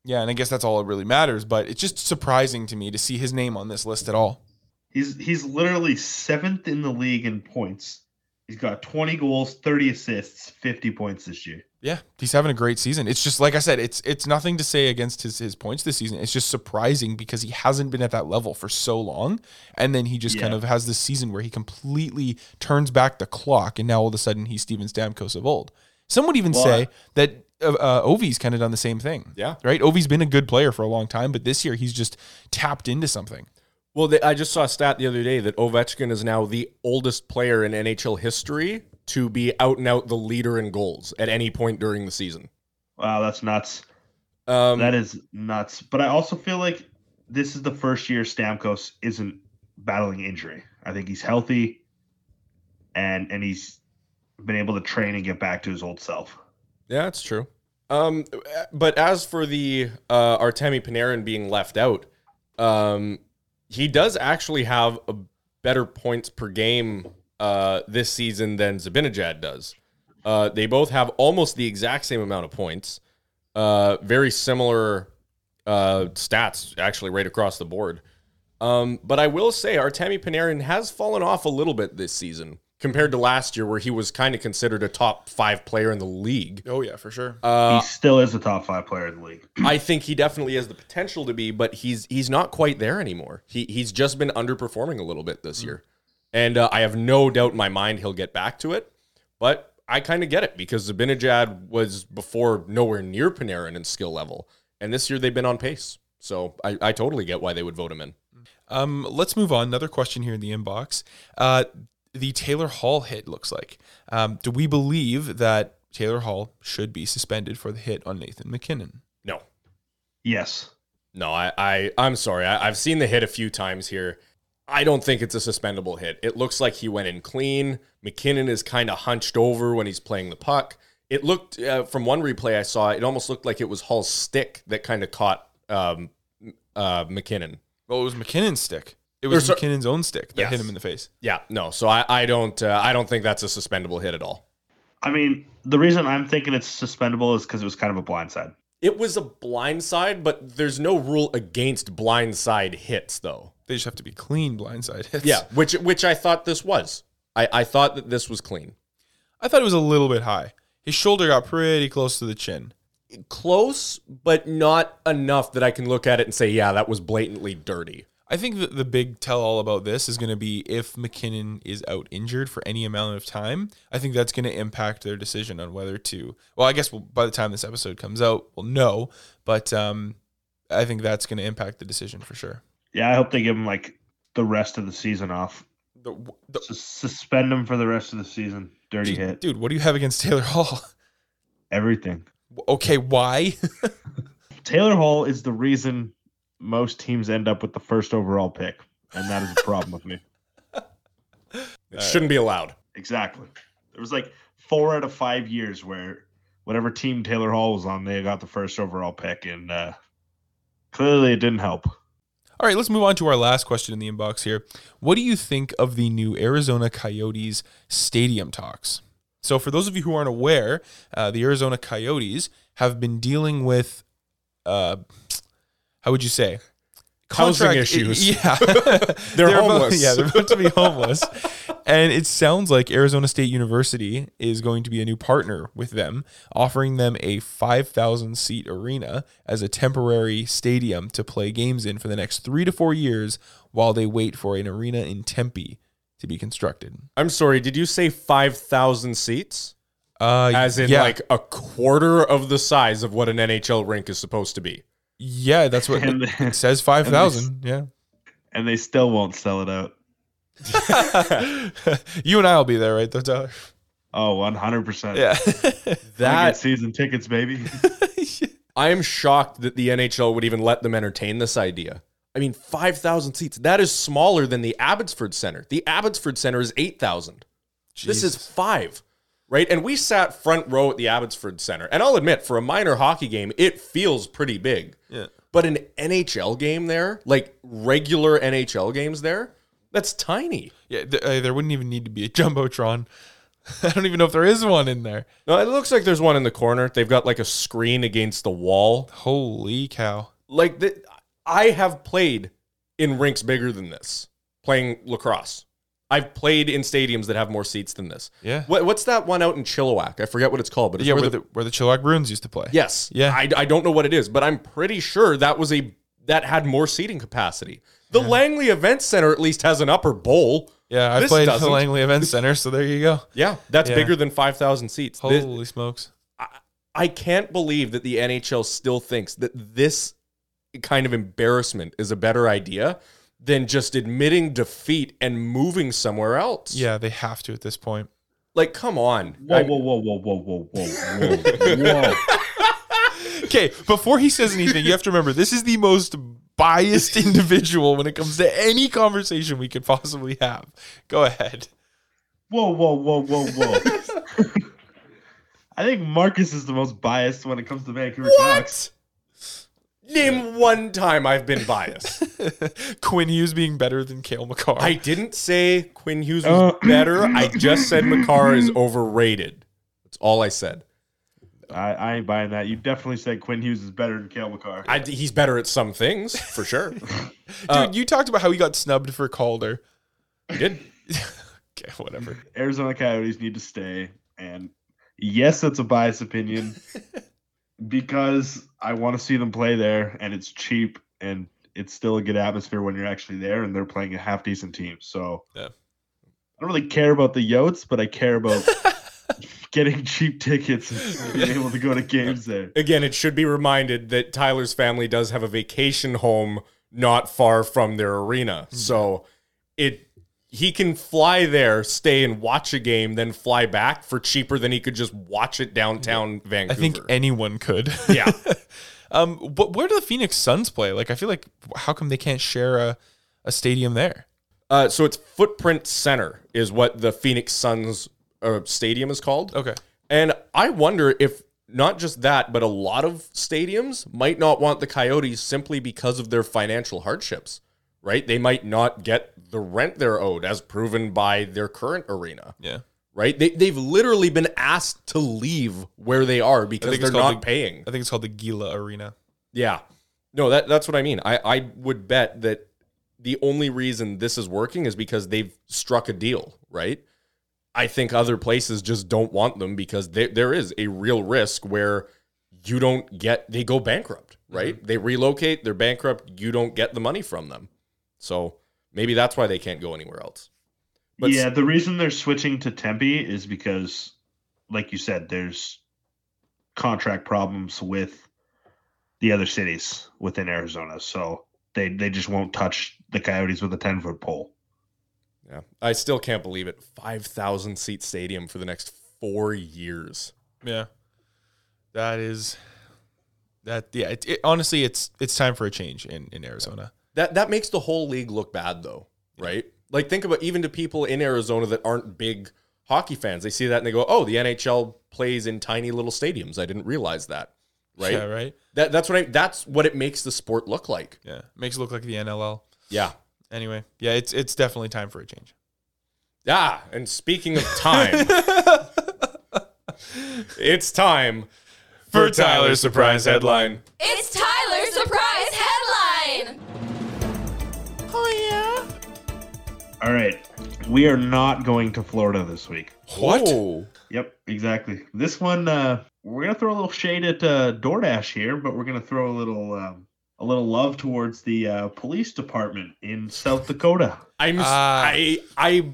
[SPEAKER 4] Yeah, and I guess that's all that really matters. But it's just surprising to me to see his name on this list at all.
[SPEAKER 6] He's he's literally seventh in the league in points. He's got 20 goals, 30 assists, 50 points this year.
[SPEAKER 4] Yeah, he's having a great season. It's just like I said, it's it's nothing to say against his his points this season. It's just surprising because he hasn't been at that level for so long, and then he just kind
[SPEAKER 6] Yeah.
[SPEAKER 4] of has this season where he completely turns back the clock, and now all of a sudden he's Steven Stamkos of old. Some would even
[SPEAKER 6] Well,
[SPEAKER 4] say that uh, uh, Ovi's kind of done the same thing.
[SPEAKER 5] Yeah.
[SPEAKER 4] right. Ovi's been a good player for a long time, but this year he's just tapped into something.
[SPEAKER 5] Well, they, I just saw a stat the other day that Ovechkin is now the oldest player in NHL history to be out and out the leader in goals at any point during the season.
[SPEAKER 6] Wow, that's nuts.
[SPEAKER 5] Um,
[SPEAKER 6] That is nuts. But I also feel like this is the first year Stamkos isn't battling injury. I think he's healthy and and he's been able to train and get back to his old self.
[SPEAKER 5] Yeah, that's true. Um, but as for the uh, Artemi Panarin being left out, um, he does actually have a better points per game uh, this season than Zabinajad does. Uh, they both have almost the exact same amount of points, uh, very similar uh, stats actually right across the board. Um, but I will say Artemi Panarin has fallen off a little bit this season compared to last year, where he was kind of considered a top five player in the league.
[SPEAKER 4] Oh yeah, for sure.
[SPEAKER 5] Uh,
[SPEAKER 6] he still is a top five player in the league.
[SPEAKER 5] I think he definitely has the potential to be, but he's he's not quite there anymore. He he's just been underperforming a little bit this year, and uh, I have no doubt in my mind he'll get back to it. But I kind of get it because Zabinajad was before nowhere near Panarin in skill level, and this year they've been on pace. So I, I totally get why they would vote him in.
[SPEAKER 4] Um, let's move on. Another question here in the inbox. Uh, the Taylor Hall hit looks like. Um, do we believe that Taylor Hall should be suspended for the hit on Nathan McKinnon?
[SPEAKER 5] No,
[SPEAKER 6] Yes.
[SPEAKER 5] No, I, I I'm sorry. I, I've seen the hit a few times here. I don't think it's a suspendable hit. It looks like he went in clean. McKinnon is kind of hunched over when he's playing the puck. It looked uh, from one replay I saw, it almost looked like it was Hall's stick that kind of caught um, uh, McKinnon.
[SPEAKER 4] Well, it was McKinnon's stick. It It was
[SPEAKER 5] Or so-
[SPEAKER 4] McKinnon's own stick that
[SPEAKER 5] Yes.
[SPEAKER 4] hit him in the face.
[SPEAKER 5] Yeah, no. So I, I don't uh, I don't think that's a suspendable hit at all.
[SPEAKER 6] I mean, the reason I'm thinking it's suspendable is because it was kind of a blindside.
[SPEAKER 5] It was a blindside, but there's no rule against blindside hits though.
[SPEAKER 4] They just have to be clean blindside hits.
[SPEAKER 5] Yeah, which which I thought this was. I, I thought that this was clean.
[SPEAKER 4] I thought it was a little bit high. His shoulder got pretty close to the chin.
[SPEAKER 5] Close, but not enough that I can look at it and say, yeah, that was blatantly dirty.
[SPEAKER 4] I think that the big tell all about this is going to be if McKinnon is out injured for any amount of time. I think that's going to impact their decision on whether to. Well, I guess we'll, by the time this episode comes out, we'll know. But um, I think that's going to impact the decision for sure.
[SPEAKER 6] Yeah, I hope they give him like the rest of the season off.
[SPEAKER 4] The, the,
[SPEAKER 6] Sus- suspend him for the rest of the season. Dirty hit.
[SPEAKER 4] dude, what do you have against Taylor Hall?
[SPEAKER 6] Everything.
[SPEAKER 4] okay, why?
[SPEAKER 6] Taylor Hall is the reason most teams end up with the first overall pick, and that is a problem with me.
[SPEAKER 5] It shouldn't be allowed.
[SPEAKER 6] Exactly. There was like four out of five years where whatever team Taylor Hall was on, they got the first overall pick, and uh, clearly it didn't help.
[SPEAKER 4] All right, let's move on to our last question in the inbox here. What do you think of the new Arizona Coyotes stadium talks? So, for those of you who aren't aware, uh, the Arizona Coyotes have been dealing with, uh, how would you say,
[SPEAKER 5] Housing
[SPEAKER 4] contract-
[SPEAKER 5] issues.
[SPEAKER 4] Yeah,
[SPEAKER 5] They're
[SPEAKER 4] about-
[SPEAKER 5] homeless.
[SPEAKER 4] yeah, they're about to be homeless, and it sounds like Arizona State University is going to be a new partner with them, offering them a five thousand seat arena as a temporary stadium to play games in for the next three to four years while they wait for an arena in Tempe to be constructed.
[SPEAKER 5] I'm sorry, did you say 5,000 seats?
[SPEAKER 4] Uh,
[SPEAKER 5] As in,
[SPEAKER 4] yeah,
[SPEAKER 5] like, a quarter of the size of what an NHL rink is supposed to be.
[SPEAKER 4] yeah, that's what
[SPEAKER 6] And-
[SPEAKER 4] it says five thousand. Yeah.
[SPEAKER 6] And they still won't sell it out.
[SPEAKER 4] you and I will be there, right, though, Tyler?
[SPEAKER 6] Oh, 100%.
[SPEAKER 4] Yeah.
[SPEAKER 6] I get
[SPEAKER 5] That,
[SPEAKER 6] season tickets, baby.
[SPEAKER 5] I am shocked that the NHL would even let them entertain this idea. I mean, 5,000 seats. That is smaller than the Abbotsford Center. The Abbotsford Center is 8,000. This is five, right? And we sat front row at the Abbotsford Center. And I'll admit, for a minor hockey game, it feels pretty big.
[SPEAKER 4] Yeah.
[SPEAKER 5] But an NHL game there, like regular NHL games there, that's tiny.
[SPEAKER 4] yeah. Th- uh, there wouldn't even need to be a jumbotron. I don't even know if there is one in there.
[SPEAKER 5] No, it looks like there's one in the corner. They've got like a screen against the wall.
[SPEAKER 4] Holy cow!
[SPEAKER 5] Like the, I have played in rinks bigger than this, playing lacrosse. I've played in stadiums that have more seats than this.
[SPEAKER 4] Yeah.
[SPEAKER 5] What, what's that one out in Chilliwack? I forget what it's called, but it's
[SPEAKER 4] yeah,
[SPEAKER 5] where
[SPEAKER 4] where
[SPEAKER 5] the
[SPEAKER 4] the, where the Chilliwack Bruins used to play.
[SPEAKER 5] Yes.
[SPEAKER 4] Yeah.
[SPEAKER 5] I, I don't know what it is, but I'm pretty sure that was a that had more seating capacity. The Langley Event Center at least has an upper bowl.
[SPEAKER 4] yeah. I
[SPEAKER 5] This
[SPEAKER 4] played at the
[SPEAKER 5] doesn't.
[SPEAKER 4] Langley Event Center, so there you go.
[SPEAKER 5] Yeah, that's
[SPEAKER 4] Yeah.
[SPEAKER 5] bigger than five thousand seats. Thi-
[SPEAKER 4] Holy smokes!
[SPEAKER 5] I can't believe that the NHL still thinks that this kind of embarrassment is a better idea than just admitting defeat and moving somewhere else.
[SPEAKER 4] Yeah, they have to at this point.
[SPEAKER 5] like come on.
[SPEAKER 6] Whoa,
[SPEAKER 5] I-
[SPEAKER 6] whoa, whoa, whoa, whoa, whoa, whoa, whoa, whoa.
[SPEAKER 4] Okay, before he says anything, you have to remember this is the most biased individual when it comes to any conversation we could possibly have. Go ahead.
[SPEAKER 6] Whoa, whoa, whoa, whoa, whoa. I think Marcus is the most biased when it comes to Vancouver Canucks.
[SPEAKER 5] Name one time I've been biased.
[SPEAKER 4] Quinn Hughes being better than Kale McCarr.
[SPEAKER 5] I didn't say Quinn Hughes was better. I just said McCarr is overrated. That's all I said.
[SPEAKER 6] I, I ain't buying that. You definitely said Quinn Hughes is better than Kale McCarr.
[SPEAKER 5] I, he's better at some things for sure.
[SPEAKER 4] Dude,
[SPEAKER 5] uh,
[SPEAKER 4] you talked about how he got snubbed for Calder.
[SPEAKER 5] He did.
[SPEAKER 4] Okay, whatever.
[SPEAKER 6] Arizona Coyotes need to stay. And yes, that's a biased opinion because I want to see them play there and it's cheap and it's still a good atmosphere when you're actually there and they're playing a half decent team. So
[SPEAKER 4] Yeah.
[SPEAKER 6] I don't really care about the Yotes, but I care about getting cheap tickets and being able to go to games there.
[SPEAKER 5] Again, it should be reminded that Tyler's family does have a vacation home not far from their
[SPEAKER 4] Hmm.
[SPEAKER 5] arena, so it he can fly there, stay and watch a game, then fly back for cheaper than he could just watch it downtown
[SPEAKER 4] I
[SPEAKER 5] Vancouver.
[SPEAKER 4] think anyone could.
[SPEAKER 5] yeah,
[SPEAKER 4] um, but where do the Phoenix Suns play? Like, I feel like how come they can't share a, a stadium there?
[SPEAKER 5] uh, so it's Footprint Center is what the Phoenix Suns uh, stadium is called.
[SPEAKER 4] Okay.
[SPEAKER 5] And I wonder if not just that, but a lot of stadiums might not want the Coyotes simply because of their financial hardships, right? They might not get the rent they're owed, as proven by their current arena,
[SPEAKER 4] Yeah.
[SPEAKER 5] right? They, they've literally been asked to leave where they are because
[SPEAKER 4] it's
[SPEAKER 5] they're
[SPEAKER 4] called
[SPEAKER 5] not
[SPEAKER 4] the-
[SPEAKER 5] paying.
[SPEAKER 4] I think it's called the Gila Arena.
[SPEAKER 5] Yeah. No, that that's what I mean. I, I would bet that the only reason this is working is because they've struck a deal, right? I think other places just don't want them because there there is a real risk where you don't get they go bankrupt, right? They relocate, they're bankrupt, you don't get the money from them. So maybe that's why they can't go anywhere else. But
[SPEAKER 6] yeah, the reason they're switching to Tempe is because, like you said, there's contract problems with the other cities within Arizona, so they they just won't touch the Coyotes with a ten foot pole.
[SPEAKER 5] yeah, I still can't believe it. 5,000 seat stadium for the next 4 years.
[SPEAKER 4] Yeah. That is that yeah, it, it- honestly it's it's time for a change in in Arizona.
[SPEAKER 5] That that makes the whole league look bad though, right? Like think about even to people in Arizona that aren't big hockey fans. They see that and they go, "Oh, the NHL plays in tiny little stadiums. I didn't realize that." Right?
[SPEAKER 4] Yeah, right?
[SPEAKER 5] That that's what I that's what it makes the sport look like.
[SPEAKER 4] Yeah. Makes it look like the NLL.
[SPEAKER 5] Yeah.
[SPEAKER 4] Anyway, yeah, it's it's definitely time for a change.
[SPEAKER 5] Yeah, and speaking of time, it's time
[SPEAKER 4] For Tyler's surprise headline.
[SPEAKER 1] It's Tyler's surprise headline.
[SPEAKER 6] All right, we are not going to Florida this week.
[SPEAKER 4] What?
[SPEAKER 5] Oh,
[SPEAKER 6] Yep, exactly. This one, uh, we're gonna throw a little shade at uh, DoorDash here, but we're gonna throw a little um, a little love towards the uh, police department in South Dakota.
[SPEAKER 5] I'm s-
[SPEAKER 4] Ah.
[SPEAKER 5] I I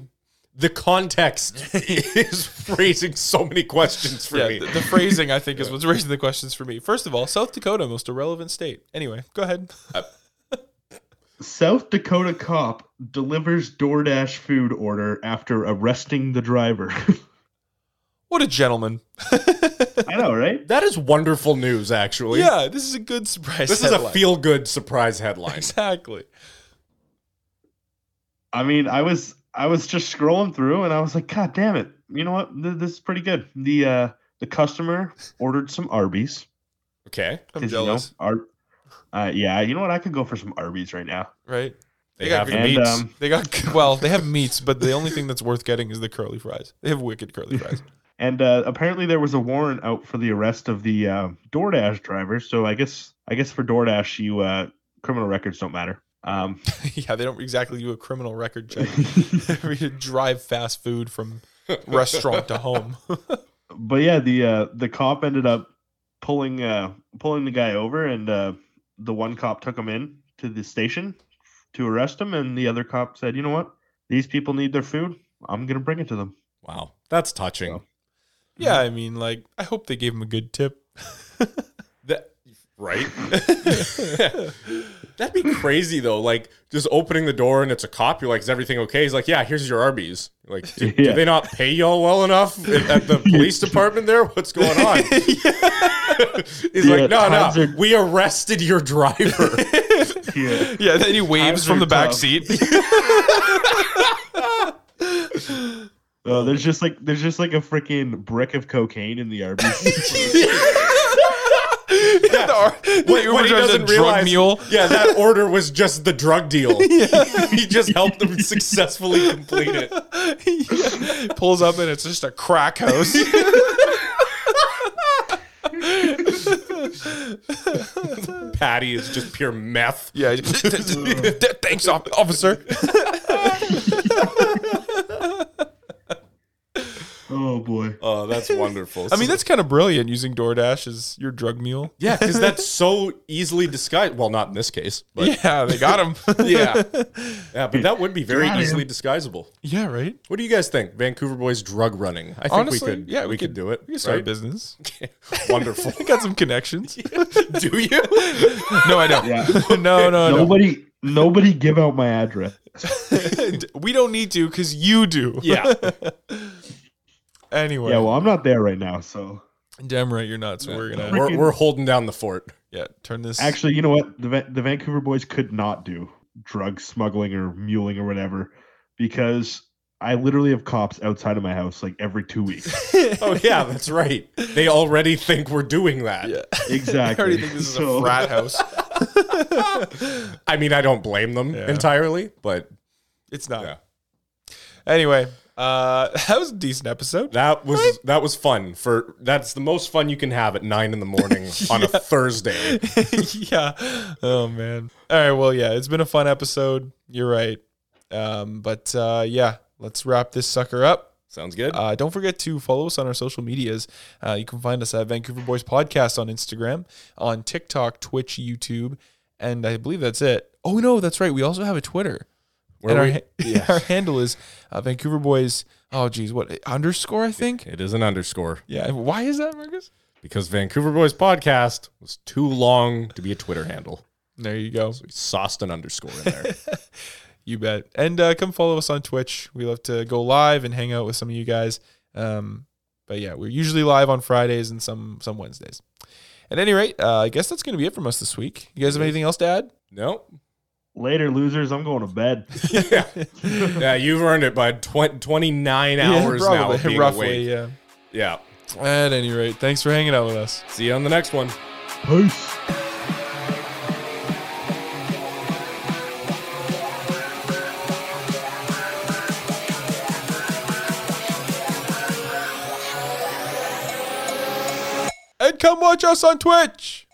[SPEAKER 5] the context is raising so many questions for
[SPEAKER 4] Yeah,
[SPEAKER 5] me.
[SPEAKER 4] the, the phrasing I think is what's raising the questions for me. First of all, South Dakota, most irrelevant state. Anyway, go ahead.
[SPEAKER 6] South Dakota cop delivers DoorDash food order after arresting the driver.
[SPEAKER 4] What a gentleman.
[SPEAKER 6] I know, right?
[SPEAKER 5] That is wonderful news, actually.
[SPEAKER 4] Yeah, this is a good surprise.
[SPEAKER 5] This is a
[SPEAKER 4] headline.
[SPEAKER 5] feel good surprise headline.
[SPEAKER 4] Exactly.
[SPEAKER 6] I mean, I was I was just scrolling through and I was like, God damn it! You know what? Th- This is pretty good. The uh, the customer ordered some Arby's.
[SPEAKER 5] Okay.
[SPEAKER 4] I'm
[SPEAKER 6] 'cause, you know,
[SPEAKER 4] jealous.
[SPEAKER 6] Ar- uh, yeah, you know what? I could go for some Arby's right now.
[SPEAKER 4] Right?
[SPEAKER 5] They
[SPEAKER 4] They, got good
[SPEAKER 5] have
[SPEAKER 6] them. And,
[SPEAKER 4] meats.
[SPEAKER 6] um,
[SPEAKER 4] they got well. They have meats, but the only thing that's worth getting is the curly fries. They have wicked curly fries.
[SPEAKER 6] And uh, apparently there was a warrant out for the arrest of the uh, DoorDash driver. So I guess I guess for DoorDash, you uh, criminal records don't matter. Um,
[SPEAKER 4] yeah, they don't exactly do a criminal record check. We should drive fast food from restaurant to home.
[SPEAKER 6] but yeah, the uh, the cop ended up pulling uh, pulling the guy over, and uh, the one cop took him in to the station to arrest him, and the other cop said, "You know what? These people need their food. I'm gonna bring it to them."
[SPEAKER 5] Wow. That's touching.
[SPEAKER 4] yeah, I mean, like, I hope they gave him a good tip.
[SPEAKER 5] That, right? That'd be crazy, though. Like, just opening the door and it's a cop. You're like, is everything okay? He's like, yeah, here's your Arby's. You're like, do, do
[SPEAKER 6] Yeah.
[SPEAKER 5] they not pay y'all well enough at, at the police department there? What's going on? He's
[SPEAKER 6] Yeah,
[SPEAKER 5] like, no,
[SPEAKER 6] times
[SPEAKER 5] no.
[SPEAKER 6] are-
[SPEAKER 5] We arrested your driver.
[SPEAKER 6] Yeah.
[SPEAKER 4] Yeah, then he waves
[SPEAKER 6] Times
[SPEAKER 4] from the
[SPEAKER 6] are
[SPEAKER 4] back
[SPEAKER 6] tough.
[SPEAKER 4] seat.
[SPEAKER 6] Uh, there's just like there's just like a freaking brick of cocaine in the Arby's.
[SPEAKER 4] yeah, the, ar- the
[SPEAKER 5] What-
[SPEAKER 4] Uber
[SPEAKER 5] what he
[SPEAKER 4] driver's a
[SPEAKER 5] doesn't
[SPEAKER 4] drug
[SPEAKER 5] realize-
[SPEAKER 4] mule.
[SPEAKER 5] Yeah, that order was just the drug deal. he just helped them successfully complete it.
[SPEAKER 4] Yeah. Pulls up and it's just a crack house.
[SPEAKER 5] Patty is just pure meth.
[SPEAKER 4] yeah. Thanks, op- officer.
[SPEAKER 6] oh boy.
[SPEAKER 5] Oh, that's wonderful.
[SPEAKER 4] I mean, that's kind of brilliant using DoorDash as your drug mule.
[SPEAKER 5] yeah, because that's so easily disguised. Well, not in this case, but yeah,
[SPEAKER 4] yeah, they got him.
[SPEAKER 5] yeah, but that would be very
[SPEAKER 6] Got him.
[SPEAKER 5] easily disguisable.
[SPEAKER 4] yeah, right.
[SPEAKER 5] What do you guys think? Vancouver boys drug running. I think
[SPEAKER 4] Honestly,
[SPEAKER 5] we could.
[SPEAKER 4] yeah,
[SPEAKER 5] we, could, do it.
[SPEAKER 4] We could start
[SPEAKER 5] right?
[SPEAKER 4] a business.
[SPEAKER 5] Wonderful.
[SPEAKER 4] I got some connections.
[SPEAKER 5] do you?
[SPEAKER 4] No, I don't.
[SPEAKER 6] Yeah.
[SPEAKER 4] no, Oh, no, no.
[SPEAKER 6] Nobody nobody give out my address.
[SPEAKER 4] we don't need to because you do.
[SPEAKER 5] Yeah.
[SPEAKER 4] Anyway,
[SPEAKER 6] Yeah, well, I'm not there right now, so
[SPEAKER 4] damn right you're not. So we're gonna
[SPEAKER 5] We're, we're holding down the fort.
[SPEAKER 4] yeah turn this.
[SPEAKER 6] actually, you know what? The Va- the Vancouver boys could not do drug smuggling or muling or whatever because I literally have cops outside of my house like every two weeks.
[SPEAKER 5] Oh yeah, that's right. They already think we're doing that.
[SPEAKER 4] yeah. I
[SPEAKER 6] Exactly.
[SPEAKER 4] already think this is
[SPEAKER 6] So-
[SPEAKER 4] a frat house.
[SPEAKER 5] I mean, I don't blame them
[SPEAKER 4] Yeah.
[SPEAKER 5] entirely, but
[SPEAKER 4] It's not.
[SPEAKER 5] Yeah.
[SPEAKER 4] Anyway, uh, that was a decent episode.
[SPEAKER 5] that was that was fun. For that's the most fun you can have at nine in the morning on a Thursday.
[SPEAKER 4] yeah. Oh man. All right. Well, yeah. It's been a fun episode. You're right. Um, but uh, yeah, let's wrap this sucker up.
[SPEAKER 5] Sounds good.
[SPEAKER 4] Uh, don't forget to follow us on our social medias. Uh, you can find us at Vancouver Boys Podcast on Instagram, on TikTok, Twitch, YouTube, and I believe that's it. Oh no, that's right. We also have a Twitter.
[SPEAKER 5] Where
[SPEAKER 4] and
[SPEAKER 5] we-
[SPEAKER 4] our, ha- our handle is uh, Vancouver Boys. Oh geez, what underscore? I think.
[SPEAKER 5] it is an underscore
[SPEAKER 4] Yeah. Why is that, Marcus?
[SPEAKER 5] because Vancouver Boys podcast was too long to be a Twitter handle.
[SPEAKER 4] There you go.
[SPEAKER 5] We sauced an underscore in there.
[SPEAKER 4] You bet. And uh, come follow us on Twitch. We love to go live and hang out with some of you guys. Um, but yeah, we're usually live on Fridays and some some Wednesdays. At any rate, uh, I guess that's going to be it from us this week. You guys have anything else to add?
[SPEAKER 5] nope.
[SPEAKER 6] Later, losers. I'm going to bed.
[SPEAKER 5] yeah. yeah, you've earned it by tw- 29 hours now of being
[SPEAKER 4] roughly.
[SPEAKER 5] awake.
[SPEAKER 4] Yeah.
[SPEAKER 5] Yeah.
[SPEAKER 4] At any rate, thanks for hanging out with us.
[SPEAKER 5] See you on the next one.
[SPEAKER 6] Peace.
[SPEAKER 4] And come watch us on Twitch.